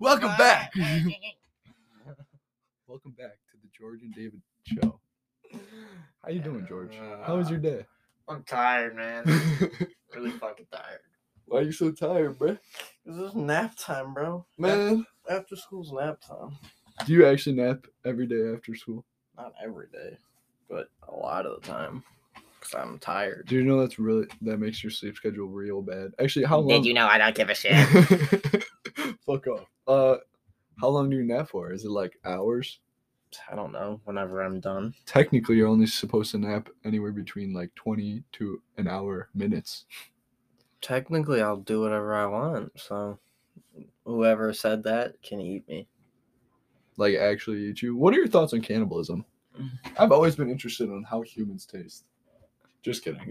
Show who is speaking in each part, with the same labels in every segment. Speaker 1: Welcome back. Welcome back to the George and David show. How you doing, George? How was your day?
Speaker 2: I'm tired, man. really fucking tired.
Speaker 1: Why are you so tired, bruh?
Speaker 2: This is nap time, bro.
Speaker 1: Man,
Speaker 2: After school's nap time.
Speaker 1: do you actually nap every day after school?
Speaker 2: Not every day, but a lot of the time. Because I'm tired.
Speaker 1: Do you know that's really that makes your sleep schedule real bad? Actually, how long?
Speaker 2: Did you know I don't give a shit?
Speaker 1: Fuck off. Uh, how long do you nap for? Is it like hours?
Speaker 2: I don't know. Whenever I'm done.
Speaker 1: Technically, you're only supposed to nap anywhere between like 20 to an hour minutes.
Speaker 2: Technically, I'll do whatever I want. So, whoever said that can eat me.
Speaker 1: Like actually eat you. What are your thoughts on cannibalism? I've always been interested on how humans taste. Just kidding.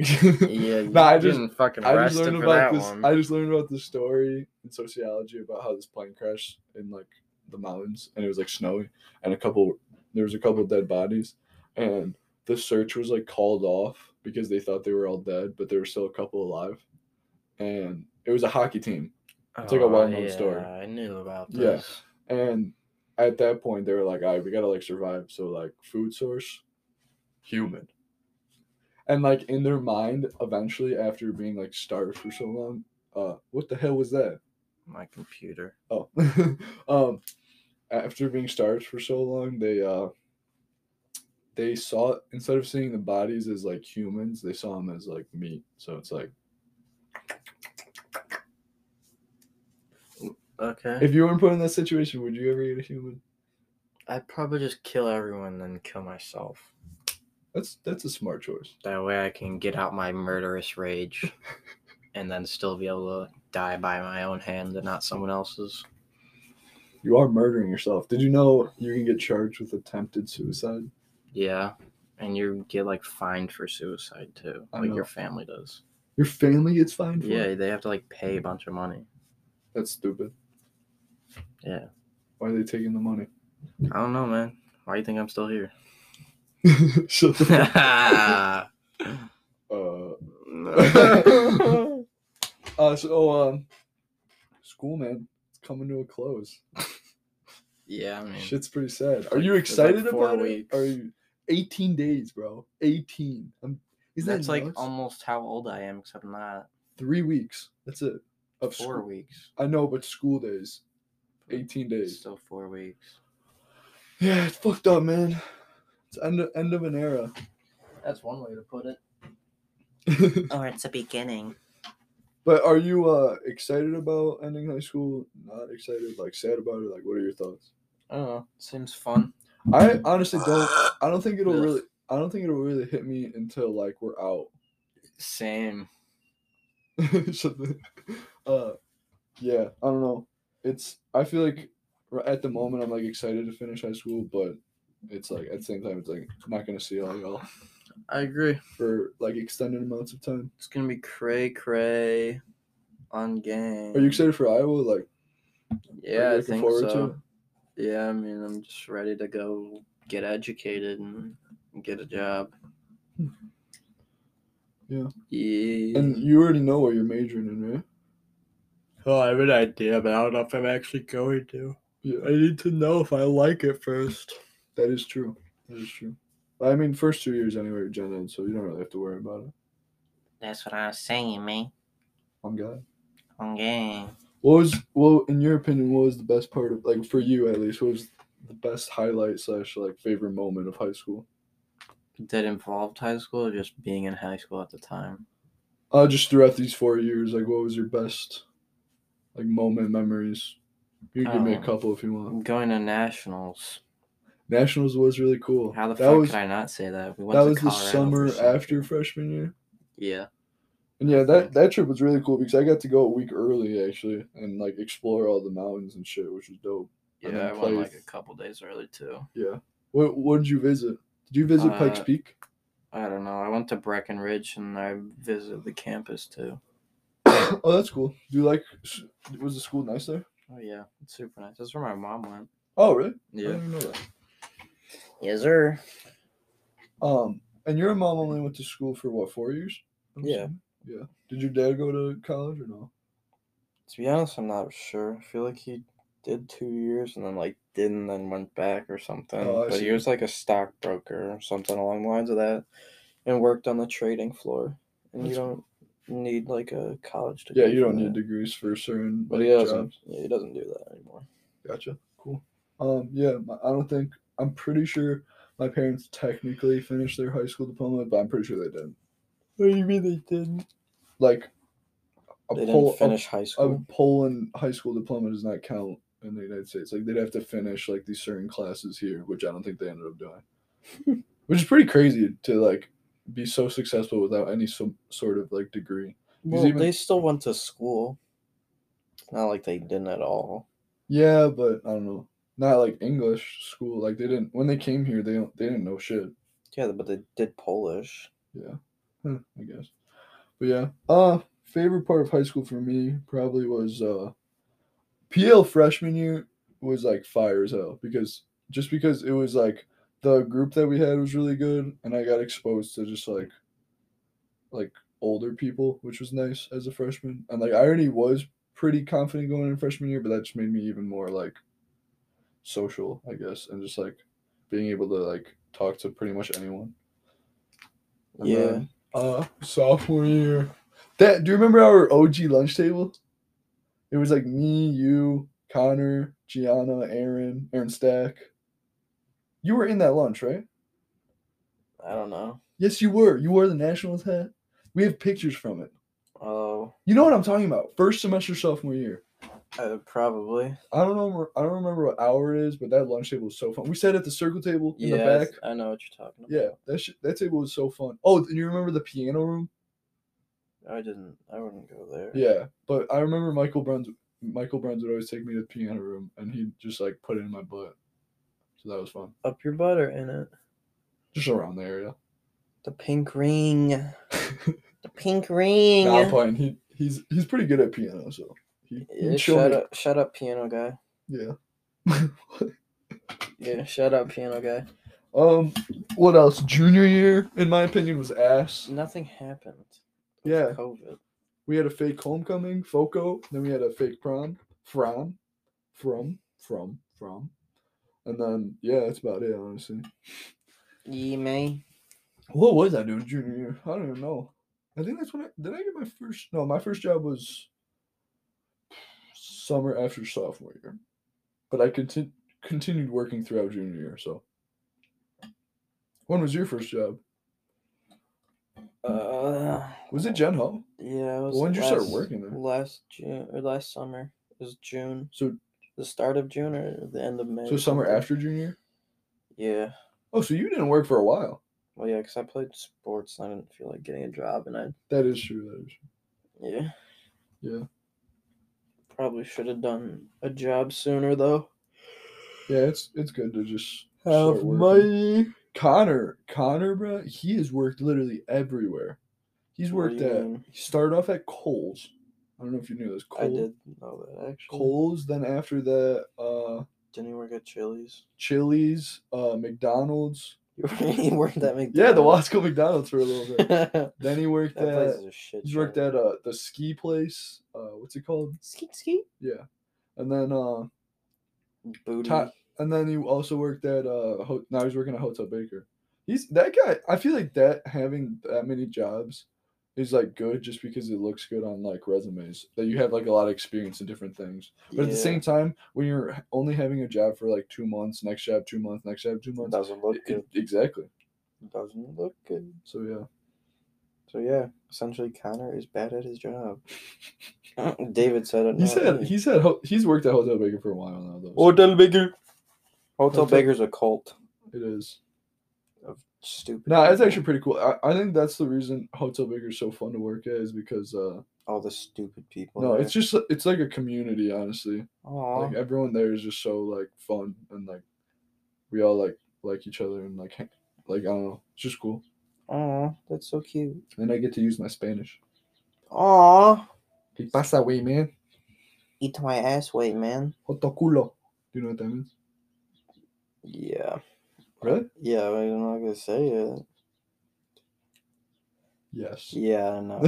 Speaker 2: Yeah, you
Speaker 1: Nah, I just-
Speaker 2: getting fucking
Speaker 1: I just
Speaker 2: arrested
Speaker 1: learned
Speaker 2: for
Speaker 1: about
Speaker 2: that
Speaker 1: this.
Speaker 2: one.
Speaker 1: I just learned about this story in sociology about how this plane crashed in like the mountains and it was like snowy and a couple there was a couple dead bodies and the search was like called off because they thought they were all dead but there were still a couple alive and it was a hockey team it's like a
Speaker 2: Oh,
Speaker 1: well-known story.
Speaker 2: I knew about
Speaker 1: Yeah.
Speaker 2: this.
Speaker 1: and at that point they were like all right we gotta like survive so like food source human and like in their mind eventually after being like starved for so long uh what the hell was that
Speaker 2: My computer.
Speaker 1: Oh, um, after being starved for so long, they uh, they saw instead of seeing the bodies as like humans, they saw them as like meat. So it's like
Speaker 2: Okay.
Speaker 1: if you weren't put in that situation, would you ever eat a human?
Speaker 2: I'd probably just kill everyone and then kill myself.
Speaker 1: That's that's a smart choice.
Speaker 2: That way I can get out my murderous rage and then still be able to die by my own hand and not someone else's.
Speaker 1: You are murdering yourself. Did you know you can get charged with attempted suicide?
Speaker 2: Yeah. And you get like fined for suicide too.
Speaker 1: I
Speaker 2: Like
Speaker 1: know.
Speaker 2: your family does.
Speaker 1: Your family gets fined for it?
Speaker 2: Yeah, they have to like pay a bunch of money.
Speaker 1: That's stupid.
Speaker 2: Yeah.
Speaker 1: Why are they taking the money?
Speaker 2: I don't know, man. Why do you think I'm still here?
Speaker 1: Shut the fuck Uh, uh, so um, school man, it's coming to a close.
Speaker 2: yeah, I mean
Speaker 1: Shit's pretty sad. Are you
Speaker 2: like
Speaker 1: excited
Speaker 2: four
Speaker 1: about
Speaker 2: weeks.
Speaker 1: it? Are you 18 days, bro? 18. I'm, is that
Speaker 2: that's like
Speaker 1: nuts?
Speaker 2: almost how old I am, except I'm not
Speaker 1: three weeks? That's it. Of
Speaker 2: four
Speaker 1: school.
Speaker 2: weeks.
Speaker 1: I know, but school days, 18 days.
Speaker 2: Still four weeks.
Speaker 1: Yeah, it's fucked up, man. It's end of, end of an era.
Speaker 2: That's one way to put it.
Speaker 3: Or it's a beginning.
Speaker 1: but are you uh excited about ending high school? Not excited, like sad about it. Like, what are your thoughts?
Speaker 2: I don't know. Seems fun.
Speaker 1: I honestly don't. I don't think it'll
Speaker 2: Ugh.
Speaker 1: really. I don't think it'll really hit me until like we're out.
Speaker 2: Same.
Speaker 1: Something- uh, yeah, I don't know. It's. I feel like r- at the moment I'm like excited to finish high school, but it's like at the same time it's like I'm not gonna see all y'all
Speaker 2: I agree.
Speaker 1: for like extended amounts of time.
Speaker 2: It's gonna be cray cray on game.
Speaker 1: Are you excited for Iowa? Like,
Speaker 2: Yeah,
Speaker 1: you
Speaker 2: I
Speaker 1: looking
Speaker 2: think
Speaker 1: forward to
Speaker 2: so. Yeah, I mean, I'm just ready to go get educated and get a job.
Speaker 1: Hmm. Yeah.
Speaker 2: Yeah.
Speaker 1: and you already know what you're majoring in, right?
Speaker 2: oh, I have an idea, but I don't know if I'm actually going to.
Speaker 1: Yeah,
Speaker 2: need to know if I like it first.
Speaker 1: that is true. That is true. I mean, first two years anyway are gen ed, so you don't really have to worry about it.
Speaker 3: That's what I was saying, man.
Speaker 1: I'm God.
Speaker 3: Okay.
Speaker 1: What was well in your opinion? What was the best part of like for you at least? What was the best highlight slash like favorite moment of high school?
Speaker 2: That involved high school or just being in high school at the time?
Speaker 1: Uh, just throughout these four years, like what was your best like moment memories? You can give me a
Speaker 2: Oh.
Speaker 1: couple if you want.
Speaker 2: I'm going to nationals.
Speaker 1: Nationals was really cool.
Speaker 2: How the
Speaker 1: that
Speaker 2: fuck
Speaker 1: was
Speaker 2: could I not say that? We went
Speaker 1: that
Speaker 2: to
Speaker 1: was the
Speaker 2: Colorado
Speaker 1: summer
Speaker 2: for soccer.
Speaker 1: after freshman year,
Speaker 2: Yeah.
Speaker 1: and yeah, that that trip was really cool because I got to go a week early actually and like explore all the mountains and shit, which was dope. And
Speaker 2: Yeah,
Speaker 1: then
Speaker 2: I went like
Speaker 1: place.
Speaker 2: a couple days early too.
Speaker 1: Yeah. What what did you visit? Did you visit Pikes
Speaker 2: Uh,
Speaker 1: Peak?
Speaker 2: I don't know. I went to Breckenridge and I visited the campus too.
Speaker 1: oh, that's cool. Do you like? s- Was the school nice there?
Speaker 2: Oh yeah, it's super nice. That's where my mom went.
Speaker 1: Oh, really? I
Speaker 2: Yeah.
Speaker 1: didn't know that.
Speaker 3: Yes, sir.
Speaker 1: Um, and your mom only went to school for what four years? I'm
Speaker 2: Yeah.
Speaker 1: assuming? Yeah. Did your dad go to college or no?
Speaker 2: To be honest, I'm not sure. I feel like he did two years and then like didn't, then went back or something.
Speaker 1: Oh, I
Speaker 2: but he
Speaker 1: see.
Speaker 2: was like a stockbroker or something along the lines of that, and worked on the trading floor. And you
Speaker 1: That's
Speaker 2: don't need like a college degree.
Speaker 1: Yeah, you
Speaker 2: for
Speaker 1: don't need
Speaker 2: that.
Speaker 1: degrees for certain
Speaker 2: But
Speaker 1: like,
Speaker 2: he doesn't.
Speaker 1: jobs.
Speaker 2: Yeah, he doesn't do that anymore.
Speaker 1: Gotcha. Cool. Um, yeah, my, I don't think I'm pretty sure my parents technically finished their high school diploma, but I'm pretty sure they didn't.
Speaker 2: What do you mean they didn't?
Speaker 1: Like a
Speaker 2: They
Speaker 1: poll-
Speaker 2: didn't
Speaker 1: a-
Speaker 2: finish high
Speaker 1: a
Speaker 2: school.
Speaker 1: Poland high school diploma does not count in the United States. Like they'd have to finish like these certain classes here, which I don't think they ended up doing. which is pretty crazy to like be so successful without any some sort of like degree.
Speaker 2: Well,
Speaker 1: even-
Speaker 2: they still went to school. It's not like they didn't at all.
Speaker 1: Yeah, but I don't know. Not like English school. Like they didn't when they came here. They don't. They didn't know shit.
Speaker 2: Yeah, but they did Polish.
Speaker 1: Huh, I guess. But yeah. Uh favorite part of high school for me probably was uh PL freshman year was like fire as hell because just because it was like the group that we had was really good and I got exposed to just like like older people, which was nice as a freshman. And like I already was pretty confident going in freshman year, but that just made me even more like social, I guess, and just like being able to like talk to pretty much anyone. And
Speaker 2: yeah.
Speaker 1: then- uh sophomore year. That do you remember our OG lunch table? It was like me, you, Connor, Gianna, Aaron, Aaron Stack. You were in that lunch, right?
Speaker 2: I don't know.
Speaker 1: Yes, you were. You wore the Nationals hat. We have pictures from it.
Speaker 2: Oh,
Speaker 1: You know what I'm talking about? First semester sophomore year.
Speaker 2: uh, probably.
Speaker 1: I don't know. I don't remember what hour it is, but that lunch table was so fun. We sat at the circle table in
Speaker 2: yeah, I
Speaker 1: the
Speaker 2: th-
Speaker 1: back.
Speaker 2: I know what you're talking
Speaker 1: Yeah,
Speaker 2: about.
Speaker 1: that sh- that table was so fun. Oh, and you remember the piano room?
Speaker 2: Yeah, I didn't. I wouldn't go there.
Speaker 1: Yeah, but I remember Michael Bruns. Michael Bruns would always take me to the piano room, and he'd just like put it in my butt. So that was fun.
Speaker 2: Up your butter in it.
Speaker 1: Just around the area.
Speaker 2: The pink ring.
Speaker 3: The pink ring.
Speaker 1: Now I'm playing. He he's he's pretty good at piano, so he
Speaker 2: Yeah,
Speaker 1: he'd show
Speaker 2: shut
Speaker 1: me-
Speaker 2: up, shut up, piano guy.
Speaker 1: Yeah.
Speaker 2: Yeah, shut up, piano guy.
Speaker 1: um, what else? Junior year, in my opinion, was ass.
Speaker 2: Nothing happened. with
Speaker 1: Yeah,
Speaker 2: COVID.
Speaker 1: we had a fake homecoming, FOCO. Then we had a fake prom, from, from, from, from, and then yeah, that's about it, honestly.
Speaker 3: Yeah, man.
Speaker 1: What was I doing junior year? I don't even know. I think that's when I did I get my first no, my first job was summer after sophomore year. But I conti- continued working throughout junior year, so when was your first job?
Speaker 2: Uh,
Speaker 1: Was it Gen Ho?
Speaker 2: Yeah. It was
Speaker 1: When did you start
Speaker 2: last-
Speaker 1: working there?
Speaker 2: Last June or last summer. It was June.
Speaker 1: So
Speaker 2: The start of June or the end of May.
Speaker 1: so
Speaker 2: or
Speaker 1: summer
Speaker 2: something.
Speaker 1: after junior year?
Speaker 2: Yeah.
Speaker 1: Oh, so you didn't work for a while.
Speaker 2: Well, yeah, because I played sports and I didn't feel like getting a job, and I
Speaker 1: That is true, that is
Speaker 2: yeah.
Speaker 1: Yeah.
Speaker 2: Probably should have done a job sooner though.
Speaker 1: true. Yeah, it's it's good to just start working. Connor, Connor, bro, he has worked literally everywhere. He's
Speaker 2: What do
Speaker 1: worked
Speaker 2: you
Speaker 1: at.
Speaker 2: mean?
Speaker 1: He started off at Coles. I don't know if you knew this.
Speaker 2: I
Speaker 1: Coles.
Speaker 2: did know that actually.
Speaker 1: Coles. Then after that, uh,
Speaker 2: Didn't he work at Chili's?
Speaker 1: Chili's, uh, McDonald's.
Speaker 2: he worked at McDonald's.
Speaker 1: Yeah, the Wasco McDonald's for a little bit.
Speaker 2: that
Speaker 1: then he worked
Speaker 2: place
Speaker 1: at.
Speaker 2: is a shit.
Speaker 1: He's worked
Speaker 2: show.
Speaker 1: at uh the ski place. Uh, what's it called?
Speaker 3: Skeet skeet.
Speaker 1: Yeah, and then uh,
Speaker 2: Booty.
Speaker 1: Top- and then he also worked at uh ho- now he's working at hotel baker he's that guy i feel like that having that many jobs is like good just because it looks good on like resumes that you have like a lot of experience in different things but at the
Speaker 2: Yeah,
Speaker 1: same time when you're h- only having a job for like two months next job two months next job two months
Speaker 2: doesn't look
Speaker 1: it-
Speaker 2: good.
Speaker 1: it- exactly
Speaker 2: Doesn't look good.
Speaker 1: so yeah
Speaker 2: So yeah, essentially Connor is bad at his job. David said it.
Speaker 1: he
Speaker 2: not
Speaker 1: said
Speaker 2: me.
Speaker 1: he's had ho- he's worked at hotel baker for a while now though so
Speaker 2: Hotel Baker. Hotel
Speaker 1: Hotel-
Speaker 2: Baker's a cult
Speaker 1: it is
Speaker 2: of stupid.
Speaker 1: no it's
Speaker 2: people.
Speaker 1: actually pretty cool I, I think that's the reason hotel baker is so fun to work at is because uh
Speaker 2: all the stupid people.
Speaker 1: no it's just it's like a community honestly
Speaker 2: Aww.
Speaker 1: like everyone there is just so like fun and like we all like like each other and like hang- like I don't know, it's just cool.
Speaker 2: Aw, that's so cute.
Speaker 1: And I get to use my Spanish.
Speaker 2: Aw,
Speaker 1: Que pasa, way man?
Speaker 3: Eat my ass weight, man.
Speaker 1: Joto culo. Do you know what that means?
Speaker 2: yeah.
Speaker 1: Really?
Speaker 2: Yeah, but I'm not gonna say it.
Speaker 1: Yes.
Speaker 2: Yeah, I know.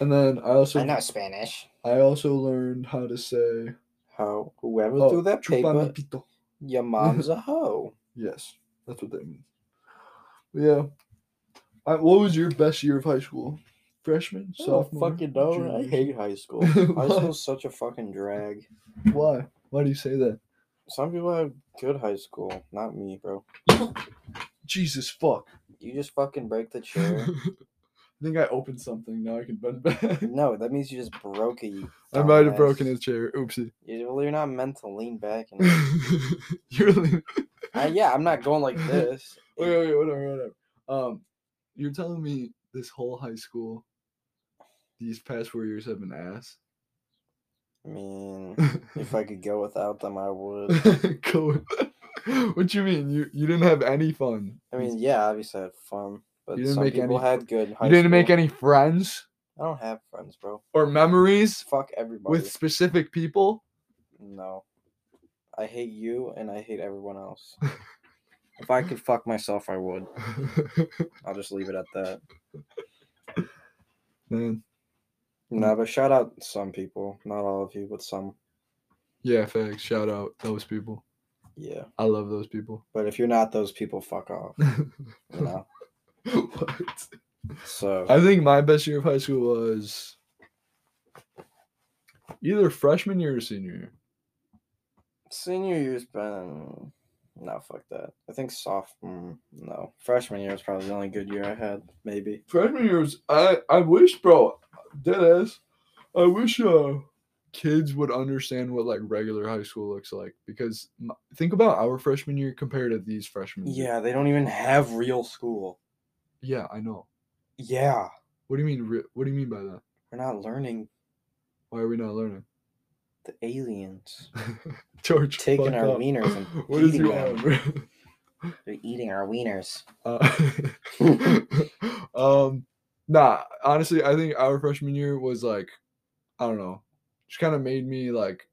Speaker 1: and then I also
Speaker 4: I know Spanish.
Speaker 1: I also learned how to say
Speaker 2: How whoever
Speaker 1: oh,
Speaker 2: threw that
Speaker 1: chupa mi
Speaker 2: paper,
Speaker 1: pito.
Speaker 2: your mom's a hoe.
Speaker 1: Yes, that's what that means. But yeah. I, what was your best year of high school? Freshman,
Speaker 2: I don't
Speaker 1: sophomore,
Speaker 2: fucking know. I
Speaker 1: junior?
Speaker 2: hate high school. high
Speaker 1: Why?
Speaker 2: school's such a fucking drag.
Speaker 1: Why? Why do you say that?
Speaker 2: Some people have good high school, not me, bro.
Speaker 1: Jesus fuck!
Speaker 2: You just fucking break the chair.
Speaker 1: I think I opened something. Now I can bend back.
Speaker 2: no, that means you just broke it. You
Speaker 1: I might have
Speaker 2: dumbass.
Speaker 1: broken his chair. Oopsie.
Speaker 2: You, well, you're not meant to lean back. And
Speaker 1: You're. leaving-
Speaker 2: I, yeah, I'm not going like this.
Speaker 1: Wait, wait, wait, whatever, whatever. Um, you're telling me this whole high school, these past four years have been ass.
Speaker 2: I mean, if I could go without them, I would.
Speaker 1: cool. what you mean? You you didn't have any fun.
Speaker 2: I mean, yeah, obviously I had fun, but
Speaker 1: You didn't
Speaker 2: some
Speaker 1: make
Speaker 2: people
Speaker 1: any
Speaker 2: had good. High
Speaker 1: you didn't make
Speaker 2: school.
Speaker 1: any friends
Speaker 2: I don't have friends, bro.
Speaker 1: or memories
Speaker 2: Fuck everybody.
Speaker 1: with specific people.
Speaker 2: No, I hate you and I hate everyone else. if I could fuck myself, I would. I'll just leave it at that.
Speaker 1: Man, Mm-hmm.
Speaker 2: No, but shout out some people, not all of you, but some.
Speaker 1: yeah, facts. Shout out those people.
Speaker 2: Yeah,
Speaker 1: I love those people.
Speaker 2: but if you're not those people, fuck off. You know.
Speaker 1: what?
Speaker 2: So
Speaker 1: I think my best year of high school was either freshman year or senior year.
Speaker 2: senior year's been no fuck that. I think sophomore no freshman year is probably the only good year I had. Maybe
Speaker 1: freshman year was I I wish, bro, dead ass. I wish uh kids would understand what like regular high school looks like because m- think about our freshman year compared to these freshmen.
Speaker 2: yeah, they don't even have real school.
Speaker 1: Yeah, I know.
Speaker 2: Yeah,
Speaker 1: What do you mean? re- What do you mean by that?
Speaker 2: we're not learning
Speaker 1: Why are we not learning?
Speaker 2: the aliens.
Speaker 1: George
Speaker 2: Taking
Speaker 1: fuck
Speaker 2: our
Speaker 1: up.
Speaker 2: wieners and
Speaker 1: what is
Speaker 2: eating
Speaker 1: you on, bro?
Speaker 4: They're eating our wieners.
Speaker 1: Uh, um, nah. Honestly, I think our freshman year was like, I don't know, just kind of made me like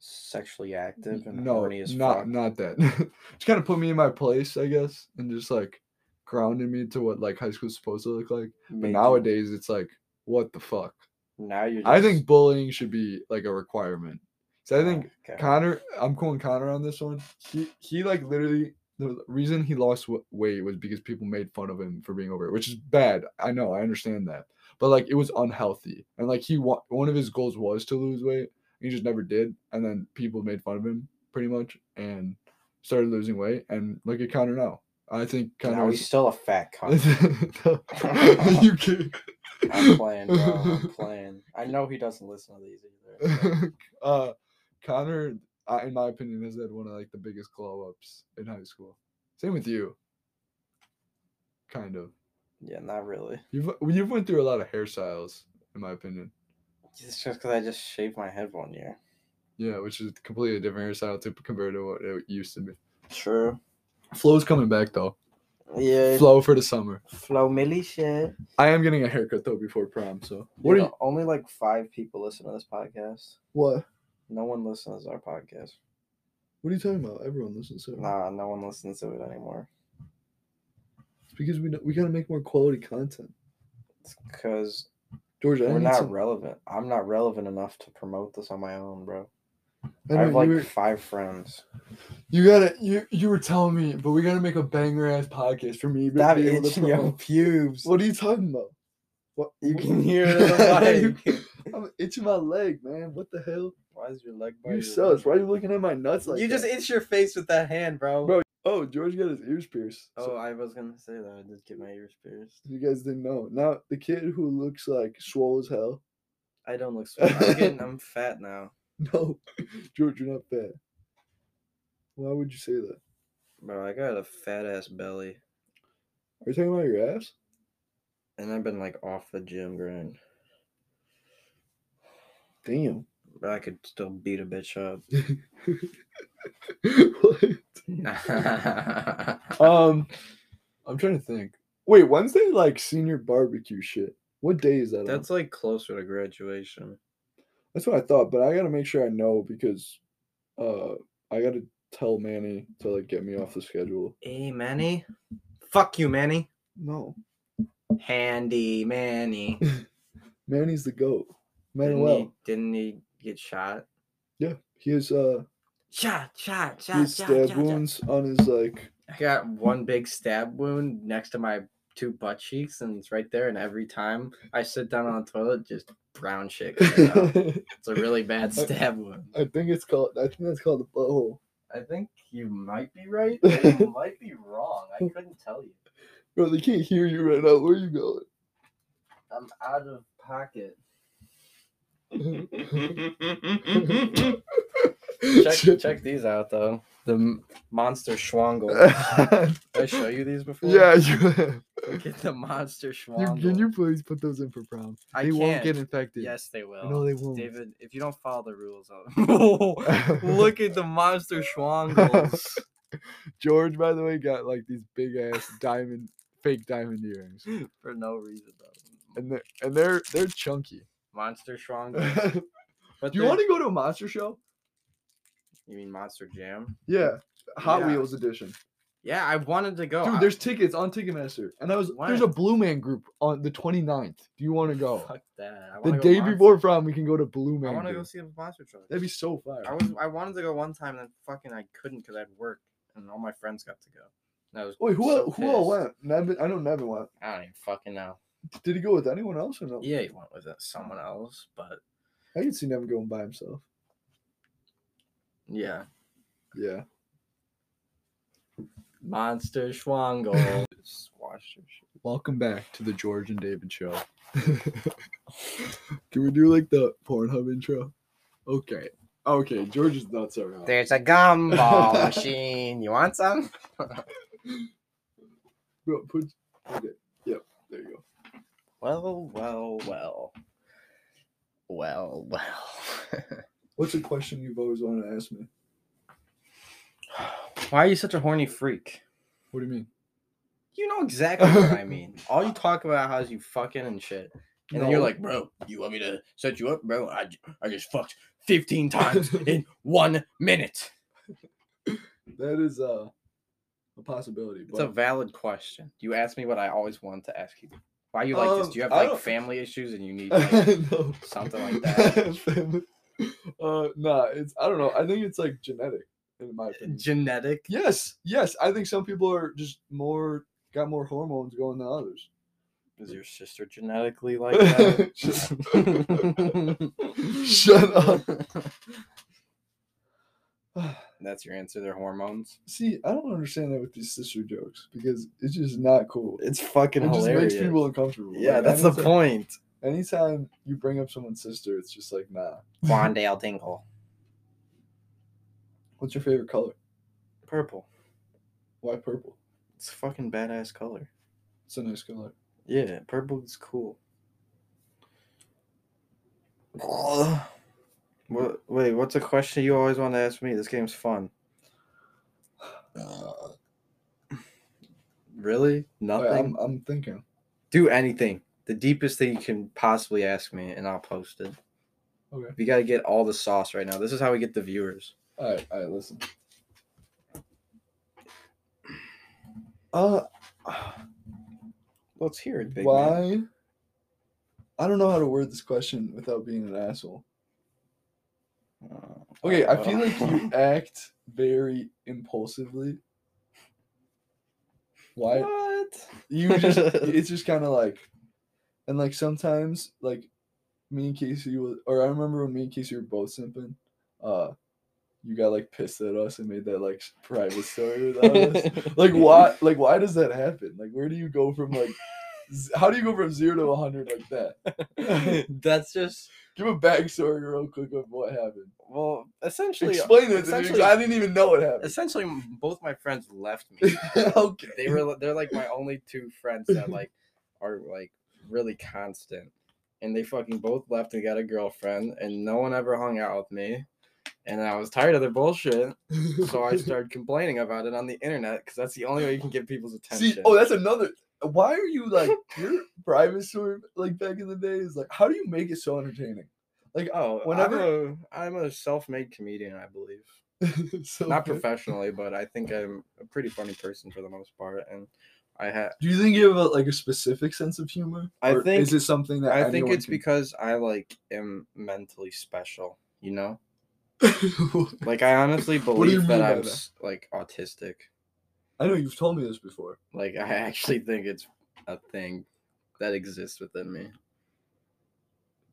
Speaker 2: Sexually active and
Speaker 1: no,
Speaker 2: horny as
Speaker 1: not
Speaker 2: fuck.
Speaker 1: not that. just kind of put me in my place, I guess, and just like grounded me to what like high school's supposed to look like.
Speaker 2: Made
Speaker 1: But
Speaker 2: you-
Speaker 1: nowadays, it's like, what the fuck?
Speaker 2: now you're.
Speaker 1: I
Speaker 2: just-
Speaker 1: think bullying should be like a requirement. So I think
Speaker 2: Okay.
Speaker 1: Connor, I'm calling Connor on this one. He he like literally the reason he lost w- weight was because people made fun of him for being overweight, which is bad. I know, I understand that, but like it was unhealthy, and like he wa- one of his goals was to lose weight, and he just never did, and then people made fun of him pretty much, and started losing weight, and look at Connor now. I think
Speaker 2: now
Speaker 1: Connor.
Speaker 2: he's
Speaker 1: Is,
Speaker 2: still a fat cunt.
Speaker 1: No, you can't.
Speaker 2: I'm playing, bro. I'm playing. I know he doesn't listen to these either. so-
Speaker 1: uh, Connor, I, in my opinion, has had one of like the biggest glow ups in high school. Same with you. Kind of.
Speaker 2: Yeah, not really.
Speaker 1: You've well, you've went through a lot of hairstyles, in my opinion.
Speaker 2: It's just because I just shaved my head one year.
Speaker 1: Yeah, which is a completely different hairstyle to compared to what it used to be.
Speaker 2: True.
Speaker 1: Flow's coming back though.
Speaker 2: Yeah.
Speaker 1: Flow for the summer.
Speaker 2: Flow Millie shit.
Speaker 1: I am getting a haircut though before prom. So what?
Speaker 2: Dude,
Speaker 1: Are you,
Speaker 2: Only like five people listen to this podcast.
Speaker 1: what?
Speaker 2: No one listens to our podcast.
Speaker 1: What are you talking about? Everyone listens to it.
Speaker 2: Nah, no one listens to it anymore.
Speaker 1: It's because we don't- we gotta make more quality content.
Speaker 2: It's because
Speaker 1: George, I
Speaker 2: we're
Speaker 1: need
Speaker 2: not
Speaker 1: some-
Speaker 2: relevant. I'm not relevant enough to promote this on my own, bro.
Speaker 1: I
Speaker 2: I,
Speaker 1: know,
Speaker 2: have
Speaker 1: you
Speaker 2: like
Speaker 1: were-
Speaker 2: five friends.
Speaker 1: You gotta you you were telling me, but we gotta make a banger ass podcast for me to
Speaker 2: Stop
Speaker 1: be able to
Speaker 2: itching your
Speaker 1: promote.
Speaker 2: pubes.
Speaker 1: What are you talking about? What
Speaker 2: You can hear it on the
Speaker 1: You-
Speaker 2: mic.
Speaker 1: I'm itching my leg, man. What the hell?
Speaker 2: Why is your leg by
Speaker 1: You
Speaker 2: your
Speaker 1: sus.
Speaker 2: leg?
Speaker 1: Why are you looking at my nuts like
Speaker 2: You just
Speaker 1: that?
Speaker 2: itch your face with that hand, bro.
Speaker 1: Bro, Oh, George got his ears pierced.
Speaker 2: oh,
Speaker 1: so
Speaker 2: I was gonna say that. I did get my ears pierced.
Speaker 1: if you guys didn't know. Now the kid who looks like swole as hell.
Speaker 2: I don't look smart. I'm, getting, I'm fat now,
Speaker 1: No, George, you're not fat. Why would you say that?
Speaker 2: bro. I got a fat ass belly,
Speaker 1: Are you talking about your ass?
Speaker 2: and I've been like off the gym grind,
Speaker 1: Damn.
Speaker 2: but I could still beat a bitch up.
Speaker 1: what? Um, I'm trying to think. Wait, when's they like senior barbecue shit? What day is that? on?
Speaker 2: That's like closer to graduation.
Speaker 1: that's what I thought, but I gotta make sure I know because, uh, I gotta tell Manny to like get me off the schedule.
Speaker 2: Hey, Manny. Fuck you, Manny.
Speaker 1: No,
Speaker 2: Handy Manny.
Speaker 1: Manny's the goat.
Speaker 2: Didn't
Speaker 1: Manuel.
Speaker 2: he, didn't he get shot?
Speaker 1: Yeah, he has uh
Speaker 2: Shot, shot,
Speaker 1: he has stab wounds on his like.
Speaker 2: I got one big stab wound next to my two butt cheeks, and it's right there. And every time I sit down on the toilet, just brown shit comes out.
Speaker 1: I
Speaker 2: It's a really bad stab wound.
Speaker 1: think it's called. I think that's called the butthole.
Speaker 2: I think you might be right. and You might be wrong. I couldn't tell you.
Speaker 1: Bro, they can't hear you right now. Where you going?
Speaker 2: I'm out of pocket. Check, check these out, though. The m- monster schwangle. Did I show you these before?
Speaker 1: yeah, you.
Speaker 2: Look at the monster
Speaker 1: You,
Speaker 2: schwangle.
Speaker 1: can you please put those in for prom?
Speaker 2: I
Speaker 1: they won't
Speaker 2: can't.
Speaker 1: get infected.
Speaker 2: Yes, they will.
Speaker 1: No, they won't.
Speaker 2: David, if you don't follow the rules, I'll... look at the monster schwangles.
Speaker 1: George, by the way, got like these big ass diamond, fake diamond earrings,
Speaker 2: For no reason, though.
Speaker 1: and they're and they're they're chunky.
Speaker 2: Monster schwangles.
Speaker 1: Do
Speaker 2: But
Speaker 1: you
Speaker 2: they're-
Speaker 1: want to go to a monster show?
Speaker 2: You mean Monster Jam?
Speaker 1: Yeah, Hot
Speaker 2: Yeah.
Speaker 1: Wheels edition.
Speaker 2: Yeah, I wanted to go.
Speaker 1: Dude,
Speaker 2: I-
Speaker 1: there's tickets on Ticketmaster, and I was there's a
Speaker 2: When?
Speaker 1: Blue Man group on the 29th. Do you want to go?
Speaker 2: Fuck that. I
Speaker 1: The
Speaker 2: wanna go
Speaker 1: day
Speaker 2: Monster-
Speaker 1: before prom, we can go to Blue
Speaker 2: I
Speaker 1: Man.
Speaker 2: want to go
Speaker 1: Group.
Speaker 2: see a monster truck.
Speaker 1: That'd be so fire.
Speaker 2: I was I wanted to go one time, and then fucking I couldn't because I had work, and all my friends got to go. And I was
Speaker 1: Wait, who
Speaker 2: so
Speaker 1: all, who all
Speaker 2: pissed.
Speaker 1: went? Nevin, I know Nevin went.
Speaker 2: I don't even fucking know.
Speaker 1: Did he go with anyone else or no?
Speaker 2: Yeah, he went with uh, someone else, but
Speaker 1: I could see Nevin going by himself.
Speaker 2: yeah,
Speaker 1: Yeah.
Speaker 2: monster schwangle. Just watch your shit.
Speaker 1: Welcome back to the George and David show. Can we do like the Pornhub intro? Okay. Okay, George is nuts right now.
Speaker 3: There's a gumball machine. You want some?
Speaker 1: Bro, put, okay. Yep, there you
Speaker 3: Well, well, well. Well, well.
Speaker 1: go. What's a question you've always wanted to ask me?
Speaker 2: Why are you such a horny freak?
Speaker 1: What do you mean?
Speaker 2: You know exactly what I mean. All you talk about how is you fucking and shit, and then you're
Speaker 1: No.
Speaker 2: like, bro, you want me to set you up, bro? I, j- I just fucked fifteen times in one minute.
Speaker 1: That is uh, a possibility.
Speaker 2: It's a
Speaker 1: but-
Speaker 2: valid question. You asked me what I always want to ask you. Why you like this?
Speaker 1: Um,
Speaker 2: Do you have
Speaker 1: I
Speaker 2: like
Speaker 1: don't-
Speaker 2: family issues and you need like,
Speaker 1: No.
Speaker 2: something like that?
Speaker 1: Family- uh, nah, it's I don't know. I think it's like genetic, in my opinion.
Speaker 2: genetic?
Speaker 1: Yes, yes. I think some people are just more got more hormones going than others.
Speaker 2: Is your sister genetically like that?
Speaker 1: Shut
Speaker 2: Oh.
Speaker 1: up.
Speaker 2: That's your answer. They're hormones.
Speaker 1: See, I don't understand that with these sister jokes because it's just not cool. It
Speaker 2: It's fucking
Speaker 1: just makes people uncomfortable.
Speaker 2: yeah,
Speaker 1: Like,
Speaker 2: that's the
Speaker 1: anytime-
Speaker 2: point.
Speaker 1: Anytime you bring up someone's sister, it's just like, nah.
Speaker 3: Wandale Dingle.
Speaker 1: What's your favorite color?
Speaker 2: Purple.
Speaker 1: Why purple?
Speaker 2: It's a fucking badass color.
Speaker 1: It's a nice color.
Speaker 2: Yeah, purple is cool. What, wait, what's a question you always want to ask me? This game's fun. Uh, Really?
Speaker 1: Wait,
Speaker 2: Nothing?
Speaker 1: I'm, I'm thinking.
Speaker 2: Do anything. The deepest thing you can possibly ask me, and I'll post it.
Speaker 1: Okay.
Speaker 2: We got to get all the sauce right now. This is how we get the viewers.
Speaker 1: All right, all right, listen. Uh,
Speaker 2: Let's hear it, big man.
Speaker 1: why? I don't know how to word this question without being an asshole.
Speaker 2: Oh,
Speaker 1: Okay, I feel like you act very impulsively. Why?
Speaker 2: What?
Speaker 1: You just, it's just kind of like, and like sometimes, like me and Casey, was, or I remember when me and Casey were both simping, uh, you got like pissed at us and made that like private story without us. like why like why does that happen like where do you go from like z- how do you go from zero to 100 like that
Speaker 2: That's just
Speaker 1: give a backstory real quick of what happened
Speaker 2: well, essentially.
Speaker 1: explain it to me 'cause
Speaker 2: essentially,
Speaker 1: i didn't even know what happened
Speaker 2: essentially, both my friends left me.
Speaker 1: okay
Speaker 2: they were they're like my only two friends that like are like really constant, and they fucking both left and got a girlfriend, and no one ever hung out with me, and I was tired of their bullshit, so I started complaining about it on the internet because that's the only way you can get people's attention.
Speaker 1: see oh that's another why are you like your private story like back in the day is like how do you make it so entertaining like
Speaker 2: oh,
Speaker 1: whenever-
Speaker 2: whenever I'm a, I'm a self-made comedian, I believe.
Speaker 1: so
Speaker 2: Not
Speaker 1: good.
Speaker 2: professionally, but I think I'm a pretty funny person for the most part, and I had.
Speaker 1: Do you think you have a, like a specific sense of humor?
Speaker 2: I
Speaker 1: Or
Speaker 2: think-
Speaker 1: is it something that
Speaker 2: I think
Speaker 1: anyone
Speaker 2: it's because I like am mentally special. You know,
Speaker 1: can-
Speaker 2: like I honestly
Speaker 1: What do you
Speaker 2: believe that
Speaker 1: mean by
Speaker 2: I'm
Speaker 1: that?
Speaker 2: s- like autistic.
Speaker 1: I know you've told me this before.
Speaker 2: Like I actually think it's a thing that exists within me.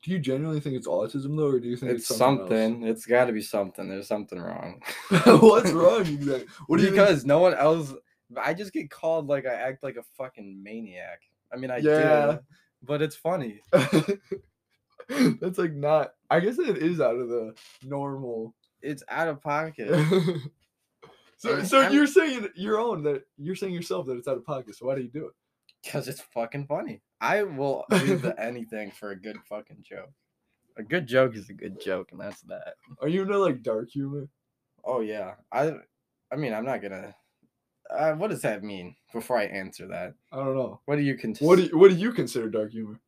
Speaker 1: Do you genuinely think it's autism though, or do you think it's,
Speaker 2: It's something. It's got to be something. There's something wrong.
Speaker 1: something? What's wrong exactly? What do you think?
Speaker 2: because no one else. I just get called like I act like a fucking maniac. I mean, I
Speaker 1: Yeah.
Speaker 2: do, but it's funny.
Speaker 1: That's like not. I guess it is out of the normal.
Speaker 2: It's out of pocket.
Speaker 1: so,
Speaker 2: I'm-
Speaker 1: so
Speaker 2: I'm-
Speaker 1: you're saying your own that you're saying yourself that it's out of pocket. So why do you do it?
Speaker 2: Because it's fucking funny. I will do the anything for a good fucking joke. A good joke is a good joke, and that's that.
Speaker 1: Are you into like dark humor?
Speaker 2: Oh yeah. I, I mean, I'm not gonna. Uh, what does that mean? Before I answer that,
Speaker 1: I don't know.
Speaker 2: what do you consider?
Speaker 1: What do you, what do you consider dark humor?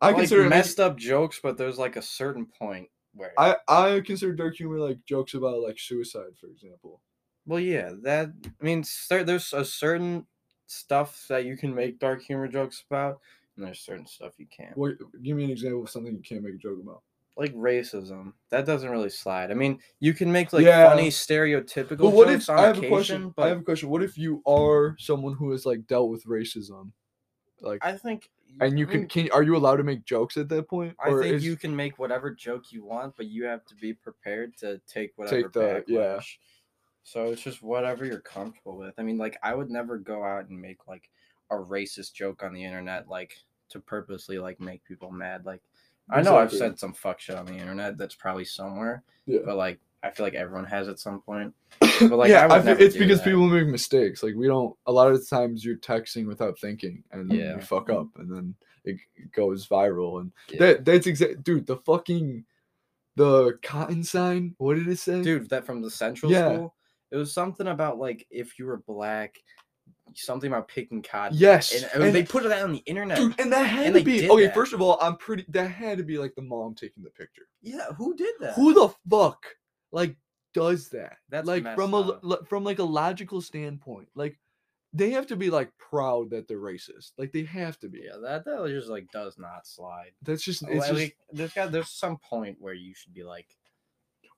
Speaker 1: I
Speaker 2: like
Speaker 1: consider it, like,
Speaker 2: messed up jokes, but there's like a certain point where.
Speaker 1: I I consider dark humor like jokes about like suicide, for example.
Speaker 2: Well, yeah, that I mean, cer- there's a certain stuff that you can make dark humor jokes about, and there's certain stuff you can't.
Speaker 1: What? Give me an example of something you can't make a joke about.
Speaker 2: Like racism, that doesn't really slide. I mean, you can make like
Speaker 1: Yeah.
Speaker 2: funny stereotypical
Speaker 1: But what
Speaker 2: jokes
Speaker 1: if
Speaker 2: on
Speaker 1: I have
Speaker 2: occasion,
Speaker 1: a question?
Speaker 2: but
Speaker 1: I have a question. What if you are someone who has like dealt with racism, like,
Speaker 2: I think
Speaker 1: and you
Speaker 2: I
Speaker 1: can
Speaker 2: mean,
Speaker 1: can are you allowed to make jokes at that point?
Speaker 2: I think
Speaker 1: is-
Speaker 2: you can make whatever joke you want, but you have to be prepared to take whatever
Speaker 1: the-
Speaker 2: backlash.
Speaker 1: yeah.
Speaker 2: So it's just whatever you're comfortable with. I mean, like I would never go out and make like a racist joke on the internet, like to purposely like make people mad. Like I know I've
Speaker 1: Exactly.
Speaker 2: said some fuck shit on the internet that's probably somewhere,
Speaker 1: Yeah.
Speaker 2: but like I feel like everyone has at some point. But like
Speaker 1: yeah,
Speaker 2: I would
Speaker 1: I feel-
Speaker 2: never
Speaker 1: it's
Speaker 2: do
Speaker 1: because
Speaker 2: that.
Speaker 1: people make mistakes. Like we don't. A lot of the times, you're texting without thinking, and then
Speaker 2: Yeah.
Speaker 1: you fuck up, and then it g- goes viral. And
Speaker 2: Yeah.
Speaker 1: that that's exact, dude. The fucking the cotton sign. What did it say?
Speaker 2: dude that from the central
Speaker 1: Yeah.
Speaker 2: school. It was something about like if you were black, something about picking cotton.
Speaker 1: Yes,
Speaker 2: and, and
Speaker 1: and-
Speaker 2: they put it out on the internet.
Speaker 1: Dude, and that had
Speaker 2: And
Speaker 1: to
Speaker 2: they
Speaker 1: be
Speaker 2: did
Speaker 1: okay.
Speaker 2: that.
Speaker 1: First of all, I'm pretty. That had to be like the mom taking the picture.
Speaker 2: yeah, who did that?
Speaker 1: Who the fuck like does that?
Speaker 2: That's
Speaker 1: like
Speaker 2: messed
Speaker 1: from a
Speaker 2: up.
Speaker 1: lo- from like a logical standpoint, like they have to be like proud that they're racist. Like they have to be.
Speaker 2: yeah, Oh, that that just like does not slide.
Speaker 1: That's just
Speaker 2: Like,
Speaker 1: it's just
Speaker 2: there's got there's some point where you should be like,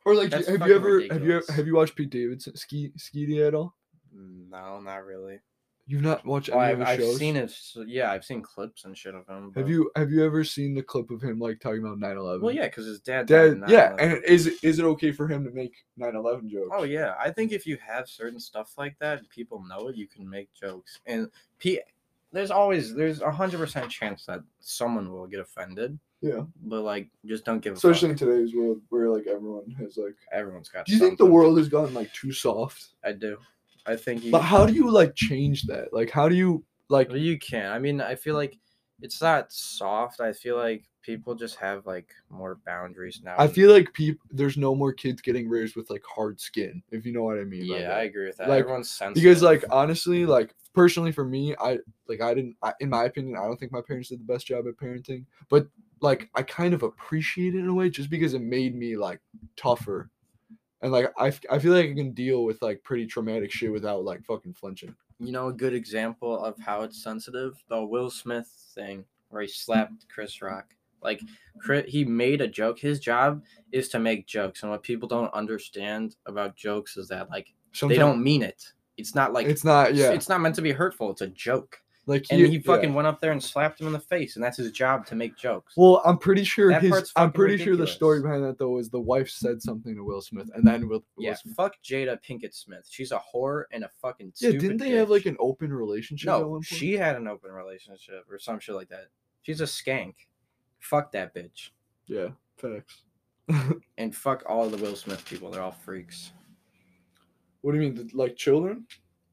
Speaker 1: or like
Speaker 2: that's
Speaker 1: have you
Speaker 2: fucking
Speaker 1: ever have you
Speaker 2: ridiculous.
Speaker 1: ever, have you watched Pete Davidson ski Skeety at all?
Speaker 2: no, not really.
Speaker 1: You've not watched
Speaker 2: Well,
Speaker 1: any
Speaker 2: Oh, I've,
Speaker 1: of his
Speaker 2: I've
Speaker 1: shows.
Speaker 2: seen it. s- Yeah, I've seen clips and shit of him.
Speaker 1: Have
Speaker 2: but-
Speaker 1: you have you ever seen the clip of him like talking about 9/11?
Speaker 2: Well, yeah, because his dad. died
Speaker 1: Dad,
Speaker 2: in
Speaker 1: yeah,
Speaker 2: 9/11.
Speaker 1: and is it- is it okay for him to make 9/11 jokes?
Speaker 2: Oh yeah, I think if you have certain stuff like that and people know it, you can make jokes. And p, there's always there's a hundred percent chance that someone will get offended.
Speaker 1: Yeah.
Speaker 2: But like, just don't give. A
Speaker 1: especially in
Speaker 2: fuck.
Speaker 1: today's world where like everyone has like
Speaker 2: everyone's got.
Speaker 1: do you think the
Speaker 2: something.
Speaker 1: world has gotten like too soft
Speaker 2: I do. I think. You,
Speaker 1: but how do you like change that like how do you like
Speaker 2: Well, you can. I mean, I feel like it's not soft. I feel like people just have like more boundaries now.
Speaker 1: i
Speaker 2: and-
Speaker 1: feel like people there's no more kids getting raised with like hard skin if you know what i mean by
Speaker 2: Yeah,
Speaker 1: that.
Speaker 2: I agree with that.
Speaker 1: Like,
Speaker 2: Everyone's sensitive.
Speaker 1: because like uh, honestly like personally for me i like i didn't I, in my opinion i don't think my parents did the best job at parenting but like i kind of appreciate it in a way just because it made me like tougher and like I, f- I feel like i can deal with like pretty traumatic shit without like fucking flinching
Speaker 2: you know, a good example of how it's sensitive the Will Smith thing where he slapped Chris Rock. Like, Chri- he made a joke. His job is to make jokes, and what people don't understand about jokes is that like they
Speaker 1: Sometimes-
Speaker 2: don't mean it. It's not like
Speaker 1: it's not yeah
Speaker 2: it's not meant to be hurtful. It's a joke,
Speaker 1: like
Speaker 2: and he
Speaker 1: yeah.
Speaker 2: fucking went up there and slapped him in the face, and that's his job to make jokes.
Speaker 1: Well, I'm pretty sure
Speaker 2: That
Speaker 1: his.
Speaker 2: part's
Speaker 1: I'm
Speaker 2: fucking
Speaker 1: pretty sure the story
Speaker 2: ridiculous.
Speaker 1: behind that though was the wife said something to Will Smith, and then Will. Will
Speaker 2: Yeah,
Speaker 1: Smith.
Speaker 2: fuck Jada Pinkett Smith. She's a whore and a fucking.
Speaker 1: Yeah,
Speaker 2: Stupid
Speaker 1: didn't they have like
Speaker 2: bitch.
Speaker 1: an open relationship? at one
Speaker 2: No,
Speaker 1: point?
Speaker 2: she had an open relationship or some shit like that. She's a skank. Fuck that bitch.
Speaker 1: Yeah, facts.
Speaker 2: And fuck all the Will Smith people. They're all freaks.
Speaker 1: What do you mean, th- like children?